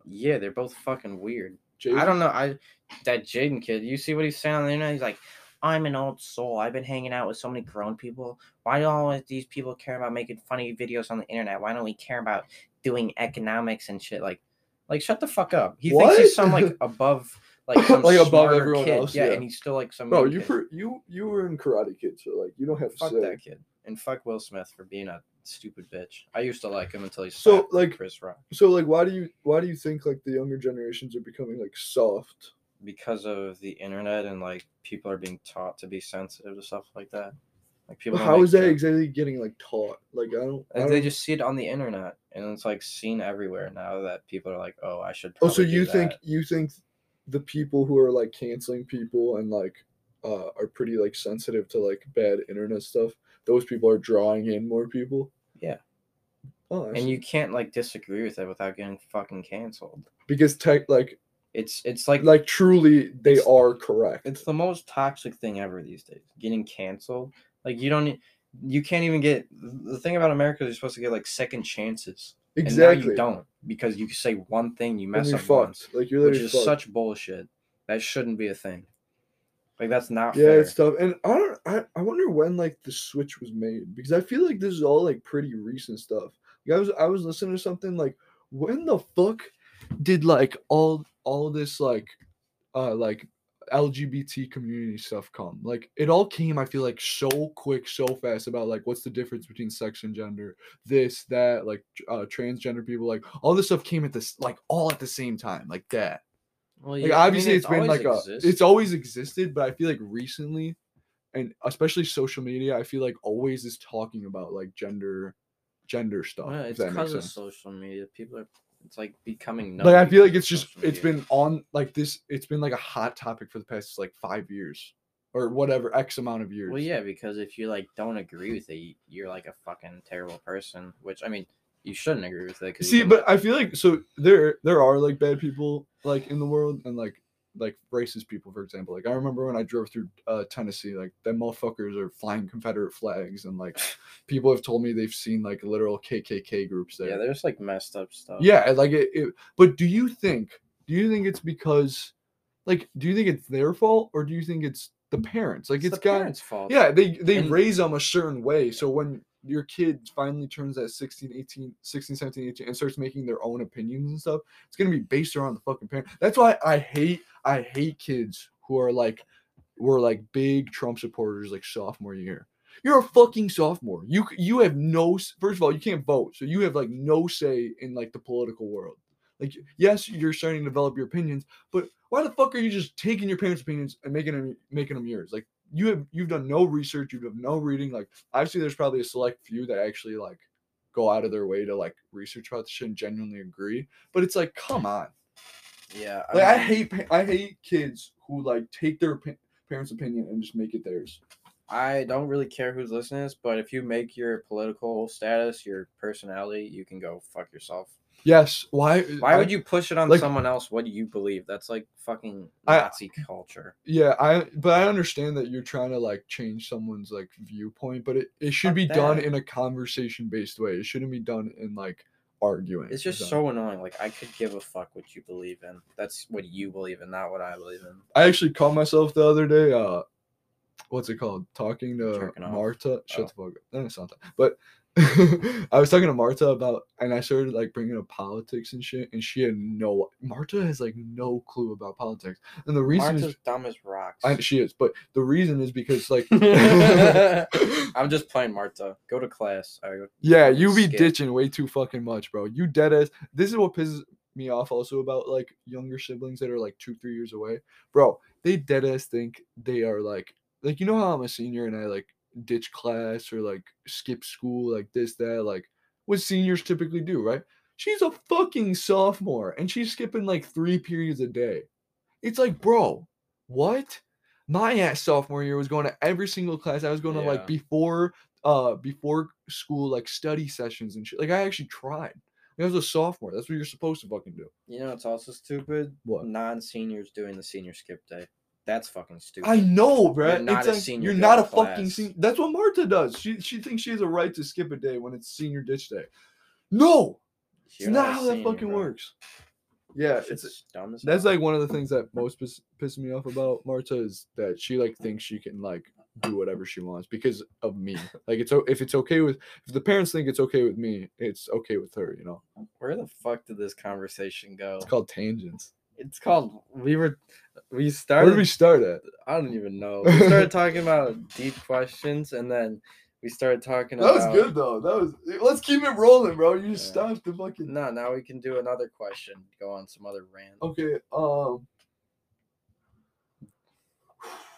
Speaker 2: Yeah, they're both fucking weird.
Speaker 1: Jason?
Speaker 2: I don't know. I that Jaden kid. You see what he's saying on the internet? He's like,
Speaker 3: I'm an old soul. I've been hanging out with so many grown people. Why do all of these people care about making funny videos on the internet? Why don't we care about doing economics and shit? Like,
Speaker 2: like shut the fuck up. He thinks
Speaker 1: What?
Speaker 2: he's some like above, like some
Speaker 1: Like, above
Speaker 2: smarter
Speaker 1: everyone
Speaker 2: kid.
Speaker 1: else,
Speaker 2: Yeah,
Speaker 1: yeah.
Speaker 2: and he's still like some.
Speaker 1: No,
Speaker 2: young
Speaker 1: you
Speaker 2: kid.
Speaker 1: per- you you were in Karate Kid, so like you don't have to
Speaker 2: fuck
Speaker 1: say.
Speaker 2: that kid and fuck Will Smith for being a Stupid bitch. I used to like him until he
Speaker 1: So,
Speaker 2: slapped
Speaker 1: like-
Speaker 2: Chris Rock
Speaker 1: So like, why do you why do you think like the younger generations are becoming like soft?
Speaker 2: because of the internet and like people are being taught to be sensitive to stuff like that. Like people.
Speaker 1: But
Speaker 2: don't
Speaker 1: how
Speaker 2: like
Speaker 1: is that
Speaker 2: jokes.
Speaker 1: exactly getting like taught? Like I don't. I
Speaker 2: Like
Speaker 1: don't
Speaker 2: they just see it on the internet, and it's like seen everywhere now that people are like, "Oh, I should."
Speaker 1: oh, so
Speaker 2: probably do
Speaker 1: you think
Speaker 2: that."
Speaker 1: you think the people who are like canceling people and like uh, are pretty like sensitive to like bad internet stuff? Those people are drawing in more people.
Speaker 2: Yeah.
Speaker 1: Oh, I
Speaker 2: and
Speaker 1: see.
Speaker 2: you can't like disagree with that without getting fucking canceled.
Speaker 1: because tech like
Speaker 2: It's it's like,
Speaker 1: like truly they
Speaker 2: It's-
Speaker 1: are correct.
Speaker 2: it's the most toxic thing ever these days. Getting canceled, like you don't, e, you can't even get the thing about America is you're supposed to get like second chances,
Speaker 1: exactly.
Speaker 2: And now you don't because you say one thing you
Speaker 1: and
Speaker 2: mess
Speaker 1: you're
Speaker 2: up once,
Speaker 1: fucked. Like you're
Speaker 2: which
Speaker 1: literally
Speaker 2: is
Speaker 1: fucked.
Speaker 2: such bullshit. That shouldn't be a thing. Like that's not
Speaker 1: yeah,
Speaker 2: fair.
Speaker 1: it's tough. And I don't I, I wonder when like the switch was made because I feel like this is all like pretty recent stuff. Like, I was I was listening to something like when the fuck did like all all this like uh like LGBT community stuff come? Like it all came I feel like so quick, so fast about like what's the difference between sex and gender, this, that, like tr- uh transgender people, like all this stuff came at this like all at the same time, like that.
Speaker 2: well,
Speaker 1: Like
Speaker 2: yeah, I mean,
Speaker 1: obviously it's been
Speaker 2: always
Speaker 1: like a
Speaker 2: existed.
Speaker 1: it's always existed, but I feel like recently and especially social media, I feel like always is talking about like gender gender stuff.
Speaker 2: Well,
Speaker 1: if
Speaker 2: it's
Speaker 1: that makes
Speaker 2: because of
Speaker 1: sense.
Speaker 2: social media. People are. It's like becoming.
Speaker 1: Like I
Speaker 2: known
Speaker 1: feel like it's
Speaker 2: because of
Speaker 1: just
Speaker 2: social
Speaker 1: it's
Speaker 2: media.
Speaker 1: been on like this it's been like a hot topic for the past like five years or whatever X amount of years.
Speaker 2: Well, yeah, because if you like don't agree with it, y- you're like a fucking terrible person. Which I mean, you shouldn't agree with it. 'cause you
Speaker 1: See,
Speaker 2: can,
Speaker 1: but
Speaker 2: like-
Speaker 1: I feel like so there there are like bad people like in the world and like like racist people, for example. Like I remember when I drove through uh, Tennessee, like them motherfuckers are flying Confederate flags, and like people have told me they've seen like literal KKK groups there.
Speaker 2: yeah, there's like messed up stuff.
Speaker 1: Yeah, and, like it, it. But do you think? Do you think it's because, like, do you think it's their fault or do you think it's the parents? Like,
Speaker 2: it's,
Speaker 1: it's
Speaker 2: the
Speaker 1: got
Speaker 2: parents' fault.
Speaker 1: yeah they they
Speaker 2: And-
Speaker 1: raise them a certain way so when your kid finally turns that 16 18 16 17 18 and starts making their own opinions and stuff it's gonna be based around the fucking parent that's why i hate i hate kids who are like were like big trump supporters like sophomore year you're a fucking sophomore you c- you have no s- first of all you can't vote so you have like no say in like the political world like yes you're starting to develop your opinions but why the fuck are you just taking your parents opinions and making them making them yours like you have you've done no research, you've done no reading. Like obviously there's probably a select few that actually like go out of their way to like research about this shit and genuinely agree. But it's like, come on.
Speaker 2: yeah.
Speaker 1: Like I
Speaker 2: mean,
Speaker 1: hate pa- I hate kids who like take their pa- parents' opinion and just make it theirs.
Speaker 2: I don't really care who's listening to this, but if you make your political status your personality, you can go fuck yourself.
Speaker 1: Yes. Why
Speaker 2: Why would you push it on
Speaker 1: like-
Speaker 2: someone else? What you believe? That's like fucking
Speaker 1: I-
Speaker 2: Nazi culture.
Speaker 1: Yeah, I but I understand that you're trying to like change someone's like viewpoint, but it, it should
Speaker 2: Fuck
Speaker 1: be done
Speaker 2: that.
Speaker 1: in a conversation based way. It shouldn't be done in like arguing.
Speaker 2: It's just
Speaker 1: Is that-
Speaker 2: so annoying. Like I could give a fuck what you believe in. That's what you believe in, not what I believe in.
Speaker 1: I actually caught myself the other day. Uh, what's it called? Talking to
Speaker 2: Jerking off. Oh.
Speaker 1: Marta. Shut the fuck up. No, it's not that. But I was talking to Marta about, and I started like bringing up politics and shit, and she had no. Marta has like no clue about politics, and the reason
Speaker 2: Marta's
Speaker 1: is
Speaker 2: dumb as rocks.
Speaker 1: I, she is, but the reason is because like.
Speaker 2: I'm just playing Marta. Go to class. I go-
Speaker 1: Yeah,
Speaker 2: fucking
Speaker 1: you be
Speaker 2: skip.
Speaker 1: ditching way too fucking much, bro. You dead ass. This is what pisses me off also about like younger siblings that are like two, three years away, bro. They dead ass think they are like like you know how I'm a senior and I like ditch class or like skip school like this that like what seniors typically do, right? She's a fucking sophomore and she's skipping like three periods a day. It's like, bro, what? My ass sophomore year was going to every single class. I was going to
Speaker 2: Yeah.
Speaker 1: like before uh before school like study sessions and shit. Like I actually tried. I was a sophomore. That's what you're supposed to fucking do.
Speaker 2: You know it's also stupid.
Speaker 1: What?
Speaker 2: Non seniors doing the senior skip day. That's fucking stupid.
Speaker 1: I know, bro.
Speaker 2: not
Speaker 1: it's
Speaker 2: a
Speaker 1: like
Speaker 2: senior,
Speaker 1: you're
Speaker 2: go
Speaker 1: not
Speaker 2: to
Speaker 1: a fucking
Speaker 2: class.
Speaker 1: senior. That's what Marta does. She she thinks she has a right to skip a day when it's senior ditch day. No,
Speaker 2: You're
Speaker 1: it's not,
Speaker 2: a
Speaker 1: how that
Speaker 2: senior,
Speaker 1: fucking
Speaker 2: bro.
Speaker 1: works. Yeah,
Speaker 2: That
Speaker 1: it's
Speaker 2: shit's dumb as
Speaker 1: that's
Speaker 2: hell.
Speaker 1: like one of the things that most piss, piss me off about Marta is that she like thinks she can like do whatever she wants because of me. Like it's o- if it's okay with if the parents think it's okay with me, it's okay with her. You know,
Speaker 2: where the fuck did this conversation go?
Speaker 1: it's called tangents.
Speaker 2: It's called we were we
Speaker 1: Where
Speaker 2: started
Speaker 1: did we start at?
Speaker 2: I don't even know. We started talking about deep questions and then We started talking
Speaker 1: That was
Speaker 2: about
Speaker 1: good though. That was. Let's keep it rolling, bro. You just
Speaker 2: Yeah.
Speaker 1: stopped the fucking.
Speaker 2: No, now we can do another question. Go on some other rant.
Speaker 1: Okay. Um.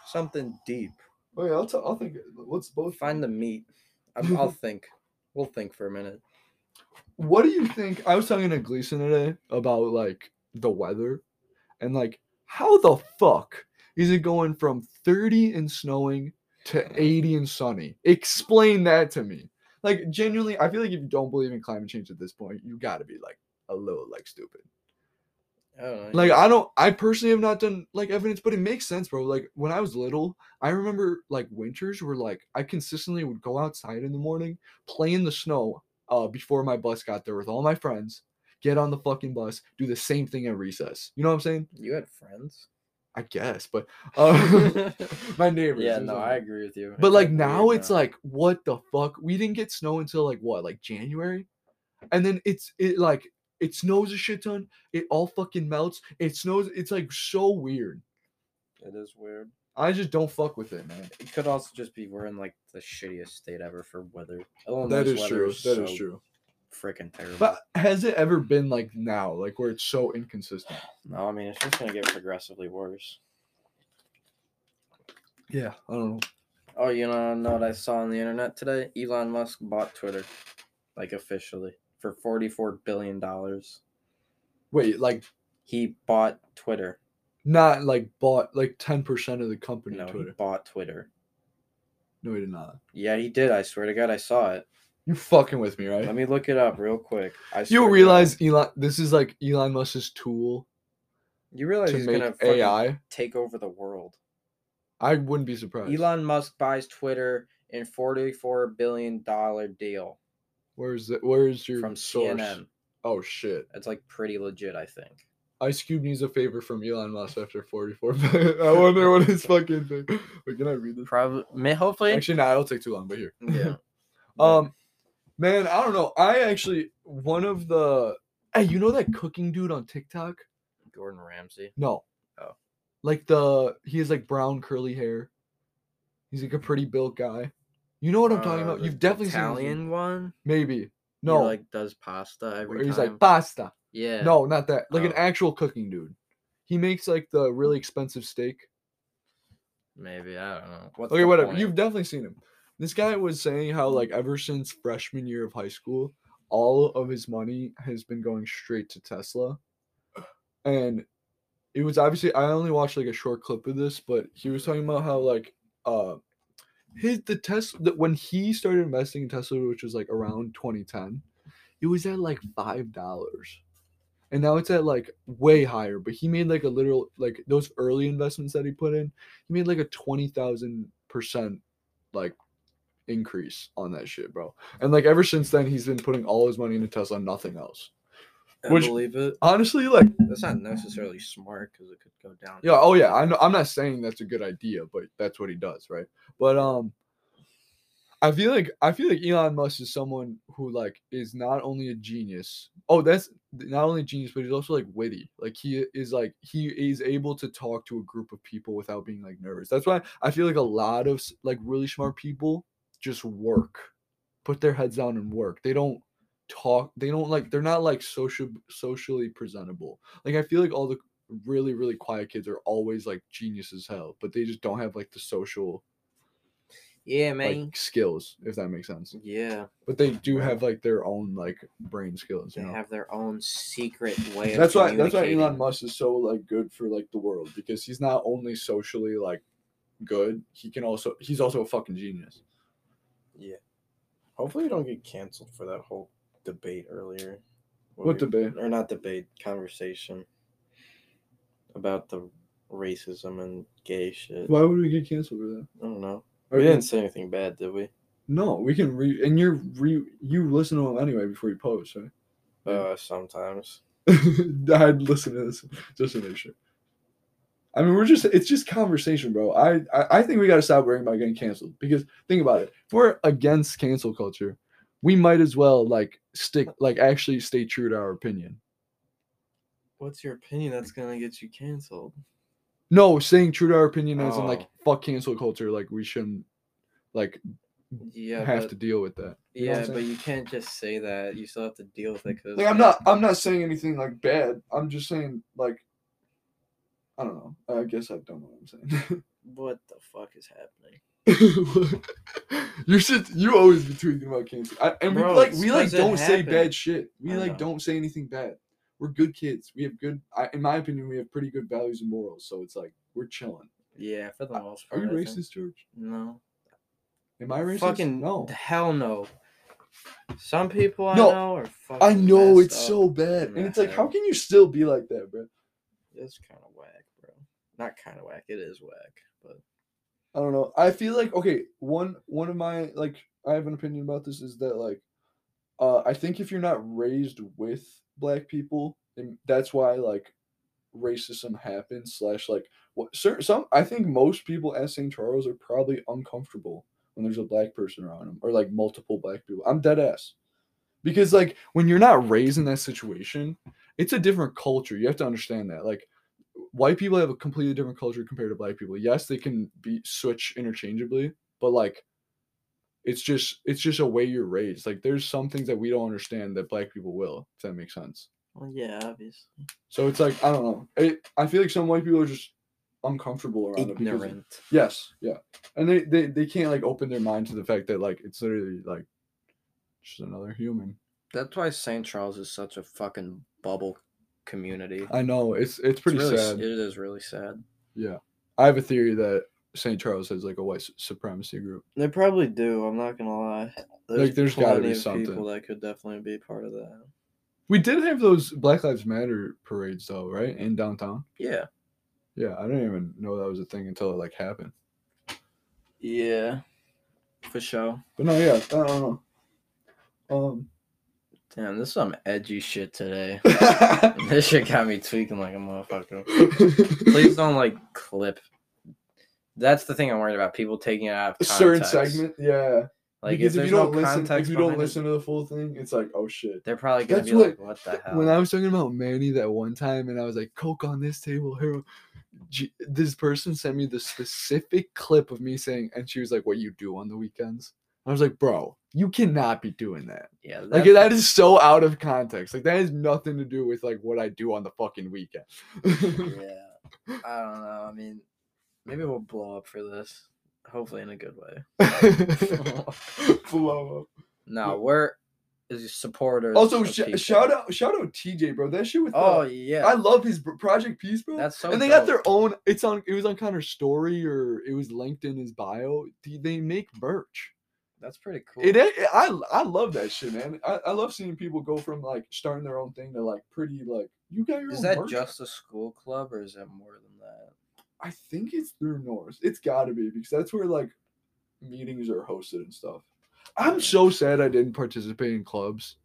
Speaker 2: Something deep.
Speaker 1: Wait. Oh, I'll. T- I'll think. Let's both
Speaker 2: Find the meat. I'm, I'll think. We'll think for a minute.
Speaker 1: What do you think? I was talking to Gleason today about like the weather, and like how the fuck is it going from thirty and snowing to eighty and sunny? Explain that to me. Like genuinely, I feel like if you don't believe in climate change at this point, you got to be like a little like stupid.
Speaker 2: I don't know.
Speaker 1: Like I don't I personally have not done like evidence, but it makes sense, bro. Like when I was little, I remember like winters were like I consistently would go outside in the morning, play in the snow uh before my bus got there with all my friends, get on the fucking bus, do the same thing at recess. You know what I'm saying?
Speaker 2: you had friends.
Speaker 1: I guess, but uh, my neighbors.
Speaker 2: yeah,
Speaker 1: it was
Speaker 2: no,
Speaker 1: like-
Speaker 2: I agree with you.
Speaker 1: but
Speaker 2: It's,
Speaker 1: like
Speaker 2: weird
Speaker 1: now it's like what the fuck? We didn't get snow until like what? Like January? And then it's it like it snows a shit ton. It all fucking melts. It snows. It's like so weird.
Speaker 2: it is weird.
Speaker 1: I just don't fuck with it, man.
Speaker 2: It could also just be we're in like the shittiest state ever for weather. Illinois
Speaker 1: That is
Speaker 2: weather
Speaker 1: true. That
Speaker 2: Is
Speaker 1: is
Speaker 2: so
Speaker 1: true.
Speaker 2: Freaking terrible.
Speaker 1: But has it ever been like now, like where it's so inconsistent?
Speaker 2: no, I mean it's just gonna get progressively worse.
Speaker 1: Yeah, I don't know.
Speaker 2: Oh, you know, know what I saw on the internet today? Elon Musk bought Twitter, like officially for forty-four billion dollars.
Speaker 1: Wait, like
Speaker 2: He bought Twitter.
Speaker 1: not like bought like ten percent of the company
Speaker 2: No, he
Speaker 1: Twitter.
Speaker 2: bought Twitter.
Speaker 1: No, he did not.
Speaker 2: Yeah, he did. I swear to God, I saw it.
Speaker 1: You fucking with me, right?
Speaker 2: Let me look it up real quick. I swear to
Speaker 1: you
Speaker 2: God.
Speaker 1: realize Elon, this is like Elon Musk's tool
Speaker 2: you realize
Speaker 1: to
Speaker 2: he's
Speaker 1: make
Speaker 2: gonna AI
Speaker 1: AI.
Speaker 2: take over the world.
Speaker 1: I wouldn't be surprised.
Speaker 2: Elon Musk buys Twitter in forty-four billion dollar deal
Speaker 1: where's the, where's your
Speaker 2: from
Speaker 1: source?
Speaker 2: CNN.
Speaker 1: Oh shit!
Speaker 2: It's like pretty legit, I think.
Speaker 1: Ice Cube needs a favor from Elon Musk after 44 million. I wonder what his fucking thing. Wait, can I read this?
Speaker 2: Probably, hopefully.
Speaker 1: Actually, no, nah, it'll take too long. But here,
Speaker 2: yeah.
Speaker 1: Um, man, I don't know. I actually one of the hey, you know that cooking dude on TikTok?
Speaker 2: Gordon Ramsay.
Speaker 1: No.
Speaker 2: Oh.
Speaker 1: Like the he has like brown curly hair. He's like a pretty built guy. You know what I'm talking
Speaker 2: Uh,
Speaker 1: about?
Speaker 2: the
Speaker 1: You've definitely seen
Speaker 2: Italian
Speaker 1: him.
Speaker 2: one.
Speaker 1: Maybe.
Speaker 2: He,
Speaker 1: No.
Speaker 2: like does pasta
Speaker 1: where
Speaker 2: every
Speaker 1: he's
Speaker 2: time.
Speaker 1: like pasta.
Speaker 2: yeah.
Speaker 1: No, not that. Like an
Speaker 2: Oh. Hmm.
Speaker 1: actual cooking dude. He makes like the really expensive steak.
Speaker 2: Maybe I don't know. What's
Speaker 1: Okay,
Speaker 2: the
Speaker 1: whatever.
Speaker 2: point?
Speaker 1: You've definitely seen him. This guy was saying how like ever since freshman year of high school, all of his money has been going straight to Tesla. And it was obviously I only watched like a short clip of this, but he was talking about how like uh his the Tesla that when he started investing in Tesla, which was like around 2010, it was at like five dollars. And now it's at like way higher, but he made like a literal like those early investments that he put in, he made like a twenty thousand percent like increase on that shit, bro. And like ever since then, he's been putting all his money into Tesla, nothing else.
Speaker 2: I
Speaker 1: which-
Speaker 2: believe it.
Speaker 1: Honestly, like
Speaker 2: That's not necessarily smart because it could go down.
Speaker 1: yeah, oh yeah, I know. I'm not saying that's a good idea, but that's what he does, right? But um, I feel like I feel like Elon Musk is someone who like is not only a genius. Oh, that's not only genius, but he's also like witty. Like he is like he is able to talk to a group of people without being like nervous. That's why I feel like a lot of s- like really smart people just work, put their heads down and work. They don't talk. They don't like. They're not like social socially presentable. Like I feel like all the really really quiet kids are always like genius as hell, but they just don't have like the social
Speaker 2: Yeah, man.
Speaker 1: like skills, if that makes sense.
Speaker 2: yeah,
Speaker 1: But they do
Speaker 2: Right.
Speaker 1: have like their own like brain skills.
Speaker 3: They
Speaker 1: You know?
Speaker 3: have their own secret way of
Speaker 1: that's why that's why Elon
Speaker 3: communicating.
Speaker 1: Musk is so like good for like the world because he's not only socially like good, he can also he's also a fucking genius.
Speaker 2: Hopefully, you don't get canceled for that whole debate earlier.
Speaker 1: What debate?
Speaker 2: or not debate conversation about the racism and gay shit.
Speaker 1: Why would we get canceled for that?
Speaker 2: I don't know.
Speaker 1: Or
Speaker 2: We
Speaker 1: we-
Speaker 2: didn't say anything bad, did we?
Speaker 1: No, we can re and you're re you listen to him anyway before you post, right? Yeah.
Speaker 2: Uh, sometimes.
Speaker 1: I'd listen to this just to make sure. I mean, we're just it's just conversation, bro. I I, I think we gotta stop worrying about getting canceled because think about it. If we're against cancel culture, we might as well like stick like actually stay true to our opinion.
Speaker 2: What's your opinion that's gonna get you canceled?
Speaker 1: No, staying true to our opinion as in like
Speaker 2: Oh.
Speaker 1: fuck cancel culture, like we shouldn't like
Speaker 2: Yeah,
Speaker 1: Mm. have
Speaker 2: but,
Speaker 1: to deal with that. You know what I'm
Speaker 2: yeah,
Speaker 1: saying?
Speaker 2: but you can't just say that. You still have to deal with it. Cause
Speaker 1: like I'm not I'm not saying anything like bad. I'm just saying like I don't know. I guess I don't know what
Speaker 2: What the fuck is happening?
Speaker 1: I'm saying. you should you always be tweeting about cancer. I, and
Speaker 2: Bro,
Speaker 1: we like
Speaker 2: it's
Speaker 1: we like
Speaker 2: 'cause it
Speaker 1: don't say
Speaker 2: happened.
Speaker 1: bad shit. We
Speaker 2: I
Speaker 1: like
Speaker 2: know.
Speaker 1: don't say anything bad. We're good kids. We have good I, in my opinion we have pretty good values and morals. So it's like we're chilling.
Speaker 2: Yeah, for the most
Speaker 1: Are
Speaker 2: part.
Speaker 1: you
Speaker 2: I think.
Speaker 1: racist, George?
Speaker 2: No.
Speaker 1: Am I racist?
Speaker 2: Fucking
Speaker 1: no.
Speaker 2: hell no. Some people I
Speaker 1: No,
Speaker 2: know are fucking.
Speaker 1: I know
Speaker 2: messed
Speaker 1: it's
Speaker 2: up.
Speaker 1: so bad. And it's like how
Speaker 2: Nah.
Speaker 1: can you still be like that, bro?
Speaker 2: It's kind of whack, bro. Not kind of whack. It is whack, but
Speaker 1: I don't know. I feel like okay, one one of my like I have an opinion about this is that like uh I think if you're not raised with black people, and that's why like racism happens slash like what certain some I think most people at St. Charles are probably uncomfortable when there's a black person around them or like multiple black people. I'm dead ass. Because like when you're not raised in that situation, it's a different culture. You have to understand that. Like white people have a completely different culture compared to black people. Yes, they can be switch interchangeably, but like it's just it's just a way you're raised. Like there's some things that we don't understand that black people will, if that makes sense.
Speaker 2: well, yeah, obviously.
Speaker 1: So it's like I don't know. It, I feel like some white people are just uncomfortable around it because
Speaker 2: Ignorant.
Speaker 1: Yes, yeah, and they, they they can't like open their mind to the fact that like it's literally like just another human.
Speaker 5: That's why St. Charles is such a fucking bubble community.
Speaker 1: I know it's it's pretty
Speaker 5: really, s-
Speaker 1: sad.
Speaker 5: It is really sad.
Speaker 1: yeah, I have a theory that St. Charles has like a white su- supremacy group.
Speaker 2: They probably do. I'm not gonna lie.
Speaker 1: Like, there's gotta
Speaker 2: plenty
Speaker 1: be
Speaker 2: of
Speaker 1: something.
Speaker 2: people that could definitely be part of that.
Speaker 1: We did have those Black Lives Matter parades though, right? In downtown.
Speaker 5: Yeah.
Speaker 1: Yeah, I didn't even know that was a thing until it like happened.
Speaker 5: Yeah. For sure.
Speaker 1: But no, yeah, I don't know. Um
Speaker 5: Damn, this is some edgy shit today. this shit got me tweaking like a motherfucker. Please don't like clip. That's the thing I'm worried about. People taking it out of
Speaker 1: a
Speaker 5: context.
Speaker 1: certain segment, yeah.
Speaker 5: Like
Speaker 1: because
Speaker 5: if,
Speaker 1: if, you
Speaker 5: there's
Speaker 1: don't
Speaker 5: no
Speaker 1: listen, if
Speaker 5: context
Speaker 1: you don't
Speaker 5: behind it,
Speaker 1: listen to the full thing, it's like, oh shit.
Speaker 5: they're probably gonna
Speaker 1: That's
Speaker 5: be
Speaker 1: what-
Speaker 5: like, "What the hell?"
Speaker 1: When I was talking about Manny that one time, and I was like, "Coke on this table, hero," G- this person sent me the specific clip of me saying, and she was like, "What you do on the weekends?" I was like, "Bro, you cannot be doing that."
Speaker 5: yeah,
Speaker 1: Like
Speaker 5: that's-
Speaker 1: that is so out of context. Like that has nothing to do with like what I do on the fucking weekend.
Speaker 5: yeah. I don't know. I mean, maybe we'll blow up for this. Hopefully, in a good way.
Speaker 1: Blow up.
Speaker 5: No, we're is supporters.
Speaker 1: Also,
Speaker 5: of
Speaker 1: sh-
Speaker 5: people.
Speaker 1: shout out, shout out TJ, bro. That shit with
Speaker 5: Oh
Speaker 1: the,
Speaker 5: yeah,
Speaker 1: I love his br- Project Peace, bro.
Speaker 5: that's so.
Speaker 1: and they got
Speaker 5: dope.
Speaker 1: their own. It's on. It was on Connor's story or it was LinkedIn his bio. They- They make merch.
Speaker 5: That's pretty cool.
Speaker 1: It. a- I I love that shit, man. I, I love seeing people go from like starting their own thing to like pretty like you got your
Speaker 5: Is
Speaker 1: own
Speaker 5: that
Speaker 1: merch?"
Speaker 5: just a school club, or is it more than that?
Speaker 1: I think it's through North. It's got to be because that's where like meetings are hosted and stuff. I'm
Speaker 5: Yeah.
Speaker 1: so sad I didn't participate in clubs.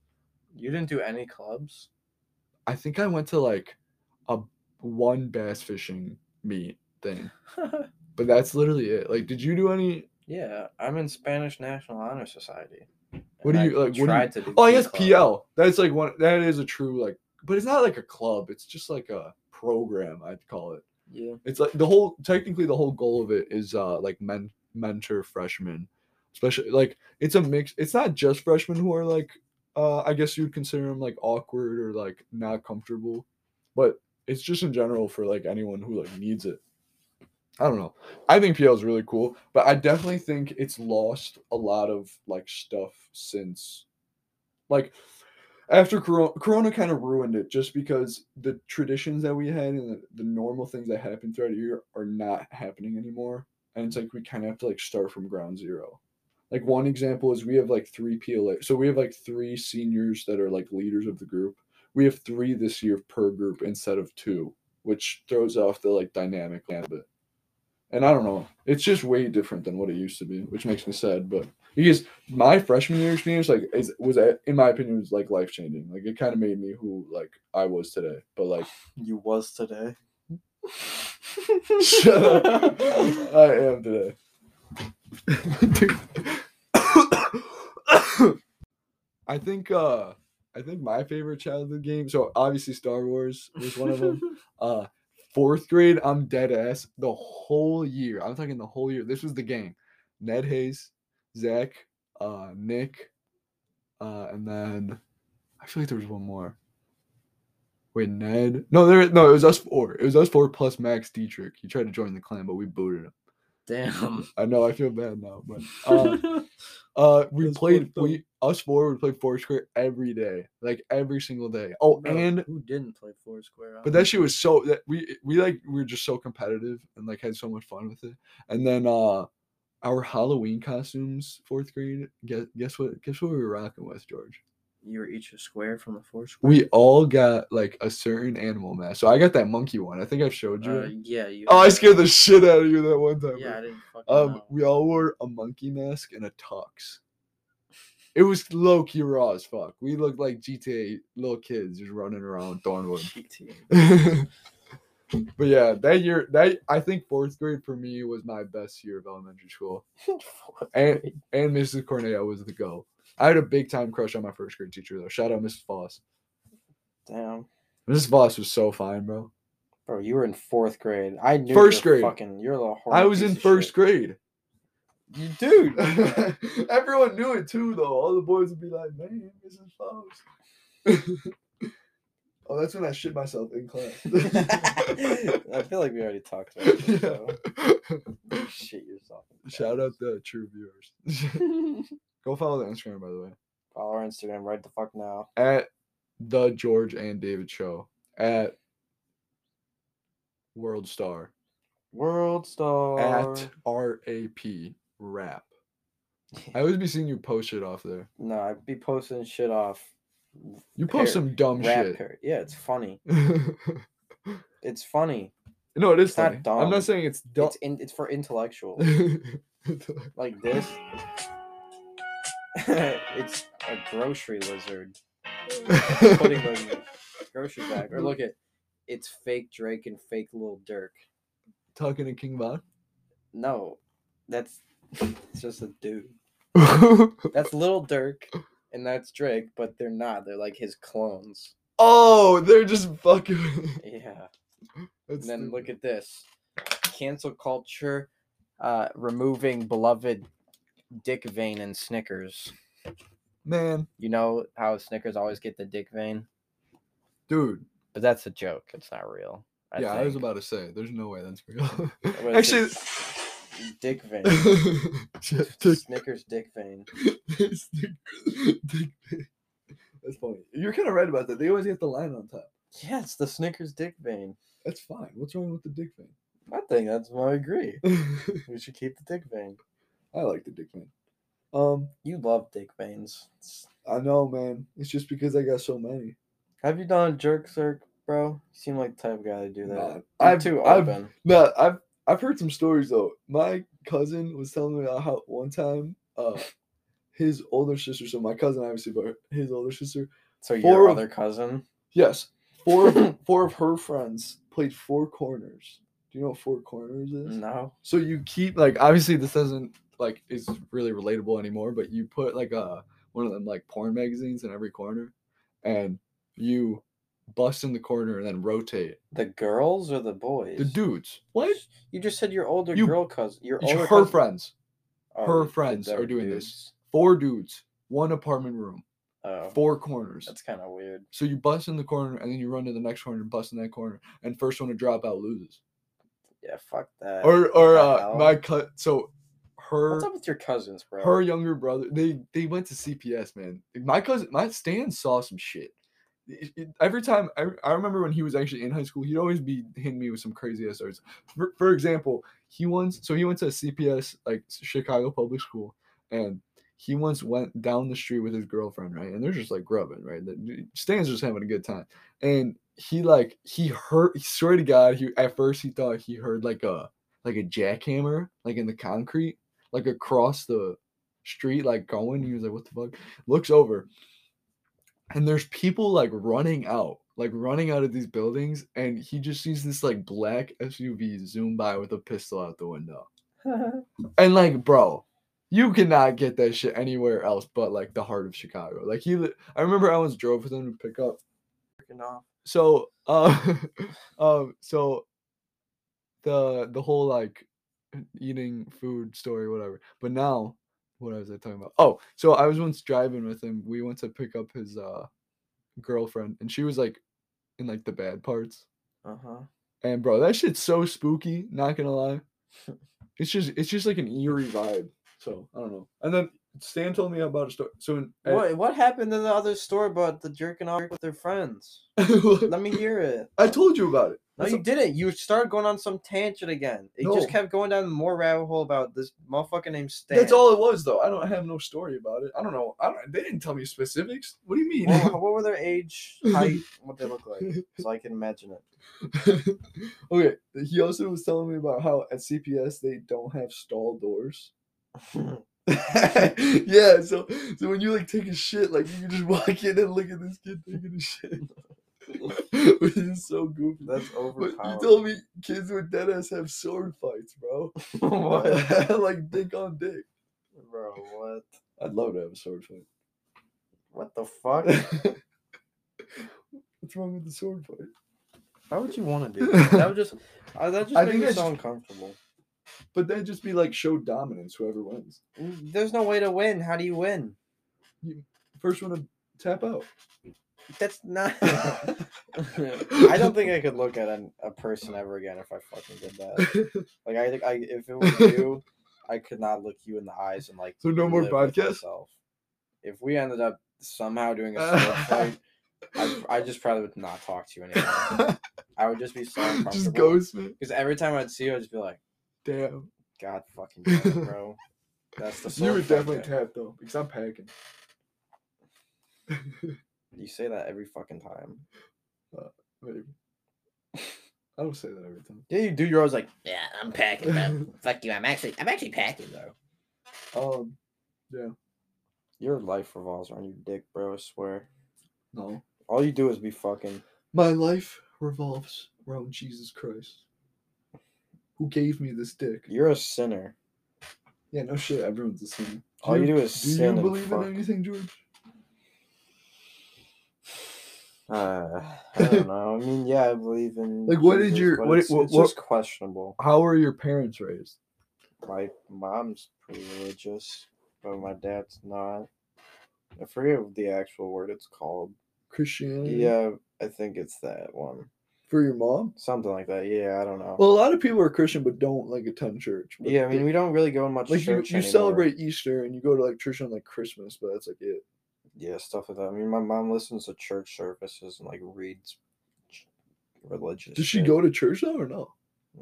Speaker 5: You didn't do any clubs.
Speaker 1: I think I went to like a one bass fishing meet thing, but that's literally it. Like, did you do any?
Speaker 5: yeah, I'm in Spanish National Honor Society.
Speaker 1: What
Speaker 5: and
Speaker 1: do you-
Speaker 5: I
Speaker 1: like, what do you-
Speaker 5: Tried to do
Speaker 1: Oh, I
Speaker 5: P
Speaker 2: Uh,
Speaker 1: guess
Speaker 5: club.
Speaker 1: PL. That's like one. That is a true like, but it's not like a club. It's just like a program. I'd call it.
Speaker 5: Yeah.
Speaker 1: It's like the whole technically the whole goal of it is uh like men mentor freshmen, especially like it's a mix. It's not just freshmen who are like uh I guess you'd consider them like awkward or like not comfortable, but it's just in general for like anyone who like needs it. I don't know. I think PL is really cool, but I definitely think it's lost a lot of like stuff since like after corona, corona kind of ruined it just because the traditions that we had and the, the normal things that happen throughout the year are not happening anymore and it's like we kind of have to like start from ground zero like one example is we have like three pla so we have like three seniors that are like leaders of the group we have three this year per group instead of two which throws off the like dynamic a bit and i don't know it's just way different than what it used to be which makes me sad but because my freshman year experience like is was uh, in my opinion was like life changing like it kind of made me who like i was today but like
Speaker 2: You was today.
Speaker 1: shut up i am today Dude. i think uh i think my favorite childhood game so obviously star wars was one of them uh fourth grade i'm dead ass the whole year i'm talking the whole year this was the game ned hayes Zach, uh, Nick, uh, and then I feel like there was one more. Wait, Ned? No, there. No, it was us four. It was us four plus Max Dietrich. He tried to join the clan, but we booted him.
Speaker 5: Damn.
Speaker 1: I know. I feel bad now, but um, uh, we
Speaker 2: That's
Speaker 1: played
Speaker 2: fucked up.
Speaker 1: we us four would play Foursquare every day, like every single day. Oh,
Speaker 5: Bro,
Speaker 1: and
Speaker 5: who didn't play Foursquare?
Speaker 1: but that shit was so that we we like we were just so competitive and like had so much fun with it. And then uh our Halloween costumes, fourth grade. Guess guess what? Guess what we were rocking with, George?
Speaker 5: you were each a square from the Foursquare.
Speaker 1: We all got like a certain animal mask. So I got that monkey one. I think I've showed you.
Speaker 5: Uh,
Speaker 1: it.
Speaker 5: yeah, you.
Speaker 1: oh, I scared the shit out of you that one time.
Speaker 5: Yeah, I didn't fucking
Speaker 1: Um,
Speaker 5: know.
Speaker 1: we all wore a monkey mask and a tux. It was low key raw as fuck. We looked like GTA little kids just running around Thornwood.
Speaker 5: GTA.
Speaker 1: but yeah, that year, that I think fourth grade for me was my best year of elementary school, and and Mrs. Corneo was the go. I had a big time crush on my first grade teacher though. Shout out Mrs. Voss.
Speaker 2: Damn,
Speaker 1: Mrs. Voss was so fine, bro.
Speaker 2: bro, you were in fourth grade. I knew you
Speaker 1: First
Speaker 2: were
Speaker 1: grade.
Speaker 2: Fucking, you're a little horrible
Speaker 1: I was
Speaker 2: piece
Speaker 1: in
Speaker 2: of
Speaker 1: first
Speaker 2: shit.
Speaker 1: grade.
Speaker 2: You dude.
Speaker 1: Everyone knew it too, though. All the boys would be like, "Man, Mrs. Voss." oh, that's when I shit myself in class.
Speaker 2: I feel like we already talked about this. so
Speaker 1: Yeah.
Speaker 2: you Shit yourself. in the
Speaker 1: Shout out
Speaker 2: pants.
Speaker 1: the true viewers. Go follow the Instagram, by the way,
Speaker 2: Follow our Instagram right the fuck now.
Speaker 1: at the George and David Show at World Star
Speaker 2: World Star.
Speaker 1: at R A P Rap. I always be seeing you post shit off there.
Speaker 2: No, I'd be posting shit off.
Speaker 1: You post
Speaker 2: Par-
Speaker 1: some dumb
Speaker 2: Rap
Speaker 1: shit.
Speaker 2: par- Yeah, it's funny. It's funny.
Speaker 1: no, it is
Speaker 2: It's not
Speaker 1: funny. I'm
Speaker 2: dumb.
Speaker 1: not saying it's dumb.
Speaker 2: It's in, it's for intellectuals. like this. it's a grocery lizard putting the grocery bag. Or look at it's fake Drake and fake Lil Durk.
Speaker 1: Talking to King Von.
Speaker 2: No, that's it's just a dude. That's Lil Durk and that's Drake, but they're not. They're like his clones.
Speaker 1: oh, they're just fucking.
Speaker 2: Yeah.
Speaker 1: That's
Speaker 2: And then
Speaker 1: stupid.
Speaker 2: look at this. Cancel culture, uh, removing beloved dick vein and Snickers.
Speaker 1: man,
Speaker 2: You know how Snickers always get the dick vein?
Speaker 1: dude.
Speaker 2: But that's a joke. It's not real. I
Speaker 1: yeah, I was
Speaker 2: think.
Speaker 1: about to say, there's no way that's real.
Speaker 2: But it's
Speaker 1: Actually,
Speaker 2: a dick vein.
Speaker 1: Yeah, dick-
Speaker 2: Snickers dick vein.
Speaker 1: It's dick- dick pic. That's funny. You're kind of right about that. They always get the line on top.
Speaker 2: Yeah, it's the Snickers dick vein.
Speaker 1: That's fine. What's wrong with the dick
Speaker 2: I think that's why I agree.
Speaker 1: vein?
Speaker 2: We should keep the dick vein.
Speaker 1: I like the dick vein. Um,
Speaker 2: You love dick veins. It's-
Speaker 1: I know, man. It's just because I got so many.
Speaker 2: Have you done a jerk circ, bro? You seem like the type of guy to do that.
Speaker 1: Nah,
Speaker 2: You're
Speaker 1: I've-
Speaker 2: too
Speaker 1: I've-
Speaker 2: open.
Speaker 1: No, I've I've heard some stories though. My cousin was telling me about how one time, uh, his older sister. So my cousin, obviously, but his older sister.
Speaker 2: so
Speaker 1: four
Speaker 2: your
Speaker 1: of-
Speaker 2: other cousin?
Speaker 1: Yes, four of, four of her friends played four corners. Do you know what four corners is?
Speaker 2: No.
Speaker 1: So you keep like obviously this doesn't like is really relatable anymore, but you put like a one of them like porn magazines in every corner, and you bust in the corner and then rotate
Speaker 2: The girls or the boys?
Speaker 1: the dudes. What?
Speaker 2: You just said your older
Speaker 1: You-
Speaker 2: girl cousin. Your
Speaker 1: It's
Speaker 2: older
Speaker 1: her
Speaker 2: cousin-
Speaker 1: friends.
Speaker 2: Oh,
Speaker 1: her
Speaker 2: did
Speaker 1: friends
Speaker 2: they
Speaker 1: are
Speaker 2: were
Speaker 1: doing this.
Speaker 2: dudes?
Speaker 1: Four dudes, one apartment room,
Speaker 2: Oh,
Speaker 1: four corners.
Speaker 2: that's kind of weird.
Speaker 1: So you bust in the corner and then you run to the next corner and bust in that corner, and first one to drop out loses.
Speaker 2: Yeah, fuck that.
Speaker 1: Or or
Speaker 2: the
Speaker 1: uh,
Speaker 2: hell?
Speaker 1: my cut. So her
Speaker 2: What's up with your cousins, bro?
Speaker 1: her younger brother they they went to cps man my cousin my stan saw some shit It- it- every time I, I remember when he was actually in high school he'd always be hitting me with some crazy ass stories for, for example he once so he went to cps like s- chicago public school and he once went down the street with his girlfriend right and they're just like grubbing right The- stan's just having a good time and he like he heard swear to god he at first he thought he heard like a like a jackhammer like in the concrete like across the street like going. He was like, "What the fuck?" Looks over, and there's people like running out, like running out of these buildings, and he just sees this like black SUV zoom by with a pistol out the window. And like, bro, you cannot get that shit anywhere else but like the heart of Chicago. Like he, li- I remember I once drove with him to pick up
Speaker 2: Freaking off.
Speaker 1: so uh um so the the whole like eating food story whatever but now what was I talking about? Oh, so I was once driving with him. We went to pick up his uh girlfriend, and she was like in like the bad parts.
Speaker 6: Uh
Speaker 2: Uh-huh.
Speaker 6: huh.
Speaker 1: And bro, that shit's so spooky. Not gonna lie, it's just it's just like an eerie vibe. So I don't know. And then Stan told me about a story. So in, at-
Speaker 2: What what happened to the other story about the jerking off with their friends? Let me hear it.
Speaker 1: I told you about it.
Speaker 2: No,
Speaker 1: So-
Speaker 2: you didn't. You started going on some tangent again. It
Speaker 1: No.
Speaker 2: just kept going down more rabbit hole about this motherfucker named Stan.
Speaker 1: That's all it was though. I don't I have no story about it. I don't know. I don't, they didn't tell me specifics. What do you mean?
Speaker 2: What, what were their age, height, what they look like? So I can imagine it.
Speaker 1: okay, he also was telling me about how at CPS they don't have stall doors. yeah, so so when you like take a shit, like you can just walk in and look at this kid taking a shit, which is so goofy.
Speaker 2: That's
Speaker 1: But you
Speaker 2: overpowered.
Speaker 1: told me kids with dead ass have sword fights, bro.
Speaker 2: what,
Speaker 1: like dick on dick.
Speaker 2: bro? What?
Speaker 1: I'd love to have a sword fight.
Speaker 2: What the fuck?
Speaker 1: What's wrong with the sword fight?
Speaker 2: Why would you want to do that? That would just uh, that just
Speaker 1: I
Speaker 2: makes
Speaker 1: think
Speaker 2: me
Speaker 1: it's-
Speaker 2: so uncomfortable.
Speaker 1: But that'd just be like show dominance, whoever wins.
Speaker 2: There's no way to win. How do you win?
Speaker 1: First one to tap out.
Speaker 2: That's not.
Speaker 1: I
Speaker 2: I don't think I could look at an, a person ever again if I fucking did that. Like I, think I if it was you, I could not look you in the eyes and like.
Speaker 1: So no more
Speaker 2: live with
Speaker 1: podcast?
Speaker 2: myself. If we ended up somehow doing a sword fight, I, I just probably would not talk to you anymore. I would just be so
Speaker 1: just
Speaker 2: uncomfortable.
Speaker 1: ghost me.
Speaker 2: Because every time I'd see you, I'd just be like,
Speaker 1: Damn.
Speaker 2: God fucking damn it, bro. That's the sword
Speaker 1: You would
Speaker 2: fight
Speaker 1: definitely
Speaker 2: bit.
Speaker 1: tap though, because I'm packing.
Speaker 2: You say that every fucking time.
Speaker 1: Maybe. I don't say that every time.
Speaker 2: Yeah, you do. You're always like,
Speaker 6: Yeah, I'm packing, bro. Fuck you. I'm actually, I'm actually packing, though.
Speaker 1: Um,
Speaker 2: your life revolves around your dick, bro. I swear.
Speaker 1: no.
Speaker 2: All you do is be fucking.
Speaker 1: My life revolves around Jesus Christ, who gave me this dick.
Speaker 2: You're a sinner.
Speaker 1: Yeah, no shit. Everyone's the same.
Speaker 2: All you do is
Speaker 1: Do
Speaker 2: sin
Speaker 1: you
Speaker 2: and
Speaker 1: believe
Speaker 2: fuck.
Speaker 1: in anything, George?
Speaker 2: Uh, I don't know. I mean, yeah, I believe in.
Speaker 1: Like, what did your-
Speaker 2: but
Speaker 1: what-
Speaker 2: it's,
Speaker 1: what-
Speaker 2: it's
Speaker 1: what-
Speaker 2: just questionable.
Speaker 1: How were your parents raised?
Speaker 2: My mom's pretty religious, but my dad's not. I forget what the actual word it's called.
Speaker 1: Christianity?
Speaker 2: Yeah, I think it's that one.
Speaker 1: For your mom?
Speaker 2: Something like that. Yeah, I don't know.
Speaker 1: Well, a lot of people are Christian but don't like attend church. but
Speaker 2: yeah, I mean,
Speaker 1: they-
Speaker 2: we don't really go in much
Speaker 1: like you,
Speaker 2: church
Speaker 1: you
Speaker 2: anymore.
Speaker 1: celebrate Easter and you go to like church on like Christmas, but that's like it.
Speaker 2: yeah, stuff like that. I mean, my mom listens to church services and like reads ch- religious.
Speaker 1: Does she
Speaker 2: shit.
Speaker 1: go to church though or no?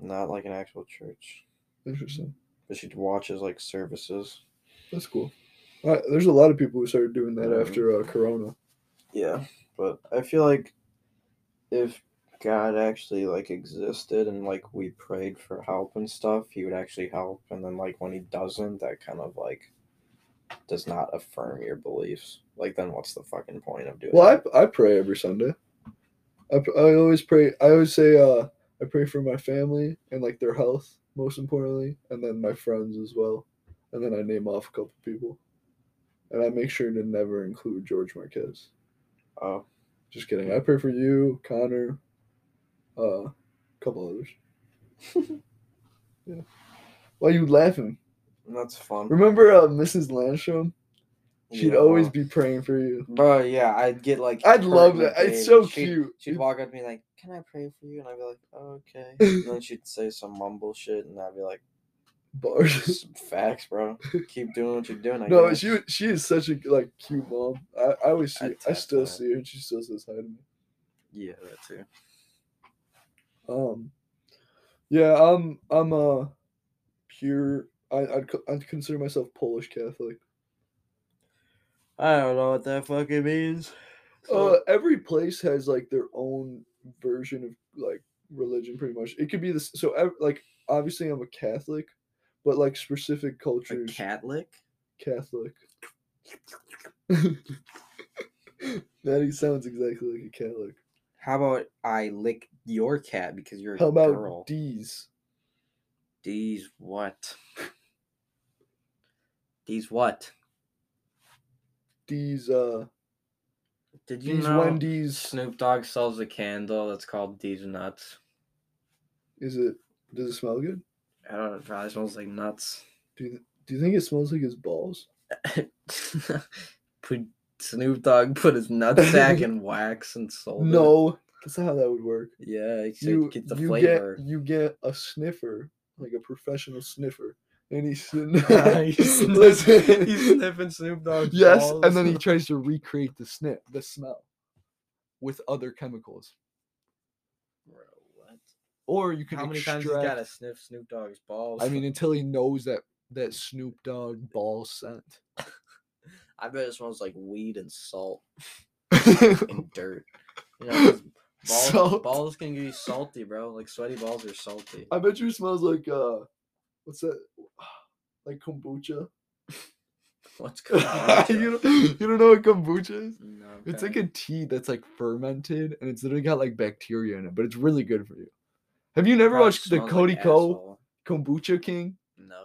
Speaker 2: Not like an actual church,
Speaker 1: Interesting.
Speaker 2: but she watches like services.
Speaker 1: That's cool. Uh, there's a lot of people who started doing that
Speaker 2: Mhm.
Speaker 1: after uh, Corona.
Speaker 2: Yeah, but I feel like if God actually like existed and like we prayed for help and stuff, He would actually help. And then like when He doesn't, that kind of like does not affirm your beliefs. Like then what's the fucking point of doing?
Speaker 1: Well,
Speaker 2: it?
Speaker 1: I, I pray every Sunday. I, pr- I always pray. I always say uh, I pray for my family and like their health most importantly, and then my friends as well, and then I name off a couple people, and I make sure to never include George Marquez.
Speaker 2: Oh,
Speaker 1: Just kidding. I pray for you, Connor, uh, a couple others. yeah. Why you laughing?
Speaker 2: that's fun.
Speaker 1: Remember uh, Mrs. Landstrom? She'd
Speaker 2: Yeah.
Speaker 1: always be praying for you.
Speaker 2: Bro, yeah, I'd get like.
Speaker 1: I'd
Speaker 2: hurt
Speaker 1: love
Speaker 2: in the
Speaker 1: that. It's
Speaker 2: face.
Speaker 1: so
Speaker 2: She'd-
Speaker 1: cute.
Speaker 2: She'd
Speaker 1: It-
Speaker 2: walk up to me like, "Can I pray for you?" And I'd be like, oh, "Okay." And then she'd say some mumble shit, and I'd be like,
Speaker 1: Bars.
Speaker 2: "Just "Facts, bro. Keep doing what you're doing." I
Speaker 1: No,
Speaker 2: guess."
Speaker 1: she wa- she is such a like cute mom. I, I always see.
Speaker 2: I'd
Speaker 1: I
Speaker 2: tap
Speaker 1: still
Speaker 2: that.
Speaker 1: see her. and She still says hi to me.
Speaker 2: Yeah, that too.
Speaker 1: Um, yeah, I'm I'm uh pure. I I'd, co- I'd consider myself Polish Catholic.
Speaker 2: I don't know what that fucking means.
Speaker 1: Uh, every place has like their own version of like religion, pretty much. It could be this. So, ev- like, obviously, I'm a Catholic, but like specific
Speaker 2: a
Speaker 1: cultures,
Speaker 2: Catholic.
Speaker 1: Catholic. that he sounds exactly like a Catholic.
Speaker 2: How about I lick your cat because you're a
Speaker 1: How about
Speaker 2: girl?
Speaker 1: D's?
Speaker 2: These what? These what?
Speaker 1: D's, uh,
Speaker 2: Did you
Speaker 1: D's
Speaker 2: know
Speaker 1: Wendy's.
Speaker 2: Snoop Dogg sells a candle that's called These Nuts?
Speaker 1: Is it, does it smell good?
Speaker 2: I don't know. It probably smells like nuts.
Speaker 1: Do you, Do you think it smells like his balls?
Speaker 2: put Snoop Dogg put his nutsack in wax and sold it.
Speaker 1: No, that's not how that would work.
Speaker 2: Yeah, so
Speaker 1: You,
Speaker 2: you get the
Speaker 1: you
Speaker 2: flavor.
Speaker 1: get you get a sniffer, like a professional sniffer, and he's sitting.
Speaker 2: he's,
Speaker 1: Listen.
Speaker 2: sniffing, he's sniffing Snoop Dogg.
Speaker 1: Yes, and then he tries to recreate the snip, the smell, with other chemicals.
Speaker 2: Bro, what?
Speaker 1: Or you can
Speaker 2: How many
Speaker 1: extract.
Speaker 2: times you gotta sniff Snoop Dogg's balls?
Speaker 1: I mean, until he knows that that Snoop Dogg ball scent.
Speaker 2: I bet it smells like weed and salt
Speaker 1: Salt.
Speaker 2: and dirt. You know, 'cause balls,
Speaker 1: Salt.
Speaker 2: balls can get you salty, bro. Like sweaty balls are salty.
Speaker 1: I bet you it smells like uh, what's that? Like kombucha.
Speaker 2: What's going on?
Speaker 1: you, don't, you don't know what kombucha is?
Speaker 2: No,
Speaker 1: It's like a tea that's like fermented, and it's literally got like bacteria in it, but it's really good for you. Have you
Speaker 2: Oh,
Speaker 1: never watched the Cody Co Kombucha King?
Speaker 2: No,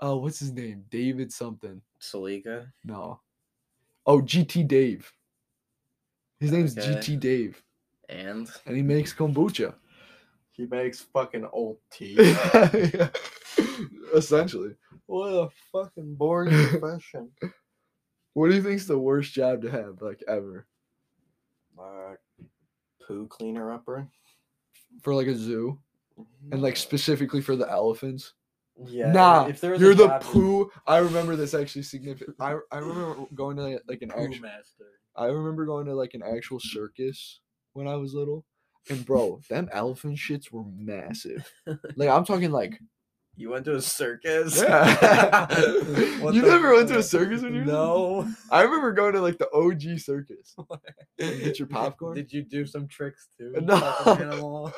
Speaker 1: Oh, what's his name? David something.
Speaker 2: Salika.
Speaker 1: No. Oh, GT Dave. His name's
Speaker 2: Okay.
Speaker 1: GT Dave,
Speaker 2: And
Speaker 1: and he makes kombucha.
Speaker 5: He makes fucking old tea.
Speaker 1: Yeah. Essentially. What a fucking
Speaker 5: Boring profession.
Speaker 1: What do you think's the worst job to have, like ever?
Speaker 5: Uh, poo cleaner upper.
Speaker 1: For like a zoo? And like specifically for the elephants?
Speaker 5: yeah.
Speaker 1: nah,
Speaker 5: If there was a
Speaker 1: you're the
Speaker 5: job to-
Speaker 1: poo. I remember this actually significant. I, I remember going to like, like an
Speaker 2: Poo
Speaker 1: actual.
Speaker 2: Master.
Speaker 1: I remember going to like an actual circus when I was little, and bro, them elephant shits were massive. Like I'm talking like
Speaker 2: You went to a circus.
Speaker 1: Yeah.
Speaker 2: What
Speaker 1: You
Speaker 2: the
Speaker 1: never went to a
Speaker 2: fuck?
Speaker 1: circus when you were
Speaker 2: No.
Speaker 1: I remember going to like the OG circus. Get your popcorn.
Speaker 2: Did you do some tricks too?
Speaker 1: No.
Speaker 2: fucking Animal?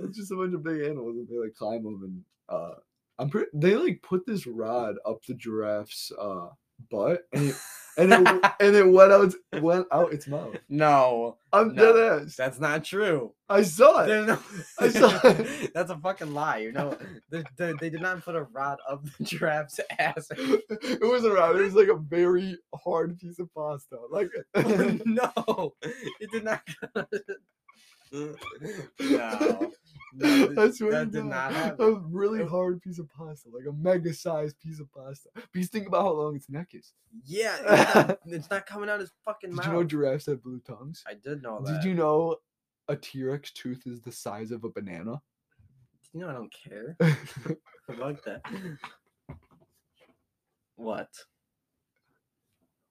Speaker 1: It's just a bunch of big animals, and they like climb them, and uh, I'm pretty. They like put this rod up the giraffe's uh butt, and it and it w- and it went out went out its mouth.
Speaker 2: no,
Speaker 1: I'm
Speaker 2: No.
Speaker 1: dead ass.
Speaker 2: that's not true.
Speaker 1: I saw it.
Speaker 2: There's no,
Speaker 1: I saw it.
Speaker 2: that's a fucking lie. You know, they, they, they did not put a rod up the giraffe's ass.
Speaker 1: it wasn't rod. It was like a very hard piece of pasta. Like
Speaker 2: Oh, no, it did not. no, no,
Speaker 1: I
Speaker 2: th-
Speaker 1: swear
Speaker 2: that
Speaker 1: to God,
Speaker 2: did not
Speaker 1: A
Speaker 2: happen.
Speaker 1: really
Speaker 2: It-
Speaker 1: hard piece of pasta, like a mega sized piece of pasta. Because think about how long its neck is.
Speaker 2: Yeah, it's not, it's not coming out his fucking
Speaker 1: Did
Speaker 2: mouth.
Speaker 1: you know giraffes have blue tongues?
Speaker 2: I did know that.
Speaker 1: Did you know a T Rex tooth is the size of a banana?
Speaker 2: You know I don't care. I like that. What?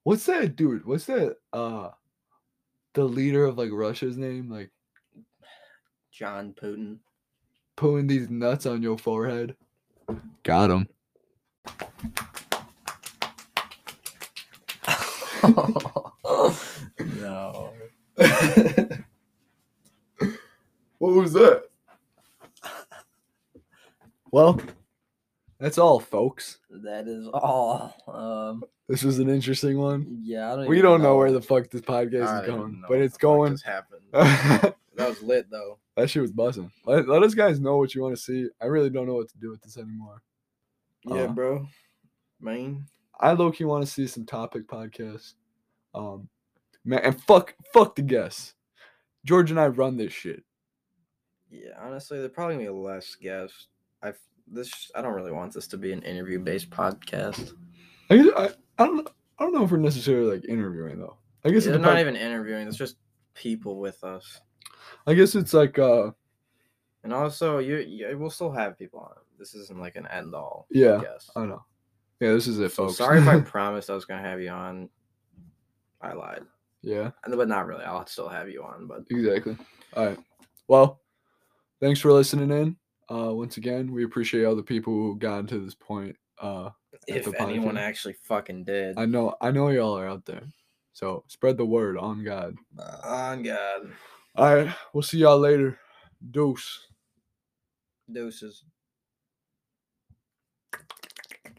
Speaker 1: What's that dude? What's that uh the leader of like Russia's name? Like
Speaker 2: John Putin.
Speaker 1: pulling these nuts on your forehead. Got him.
Speaker 2: no.
Speaker 1: What was that? Well, that's all, folks.
Speaker 2: That is all. Um
Speaker 1: This was an interesting one.
Speaker 2: yeah, I don't
Speaker 1: We
Speaker 2: even
Speaker 1: don't know where the fuck this podcast
Speaker 2: I
Speaker 1: is
Speaker 2: don't
Speaker 1: going,
Speaker 2: know
Speaker 1: but
Speaker 2: what
Speaker 1: it's
Speaker 2: the fuck
Speaker 1: going.
Speaker 2: just happened.
Speaker 1: that
Speaker 2: That was lit though.
Speaker 1: shit was busting. Let, let us guys know what you want to see. I really don't know what to do with this anymore.
Speaker 2: Yeah,
Speaker 1: Uh,
Speaker 2: bro. Man.
Speaker 1: I low key want to see some topic podcasts. Um, man, and fuck, fuck the guests. George and I run this shit.
Speaker 2: Yeah, honestly, they're probably gonna be less guests. I this I don't really want this to be an interview based podcast.
Speaker 1: I, guess- I, I don't, know- I don't know if we're necessarily like interviewing though. I guess
Speaker 2: They're
Speaker 1: it's
Speaker 2: not even interviewing. It's just people with us.
Speaker 1: I guess it's like, uh,
Speaker 2: And also, you, you we'll still have people on. This isn't like an end all.
Speaker 1: Yeah,
Speaker 2: Yes.
Speaker 1: I don't know. Oh, Yeah, this is it,
Speaker 2: So
Speaker 1: folks.
Speaker 2: sorry if I promised I was gonna have you on. I lied,
Speaker 1: yeah,
Speaker 2: And- but not really. I'll still have you on. But
Speaker 1: exactly. All right. Well, thanks for listening in. Uh, once again, we appreciate all the people who got to this point. Uh, At
Speaker 2: if
Speaker 1: the
Speaker 2: anyone
Speaker 1: podcast.
Speaker 2: actually fucking did,
Speaker 1: I know, I know y'all are out there. So spread the word on God.
Speaker 2: on Oh, God,
Speaker 1: All right. We'll see y'all later. Deuce.
Speaker 2: deuces.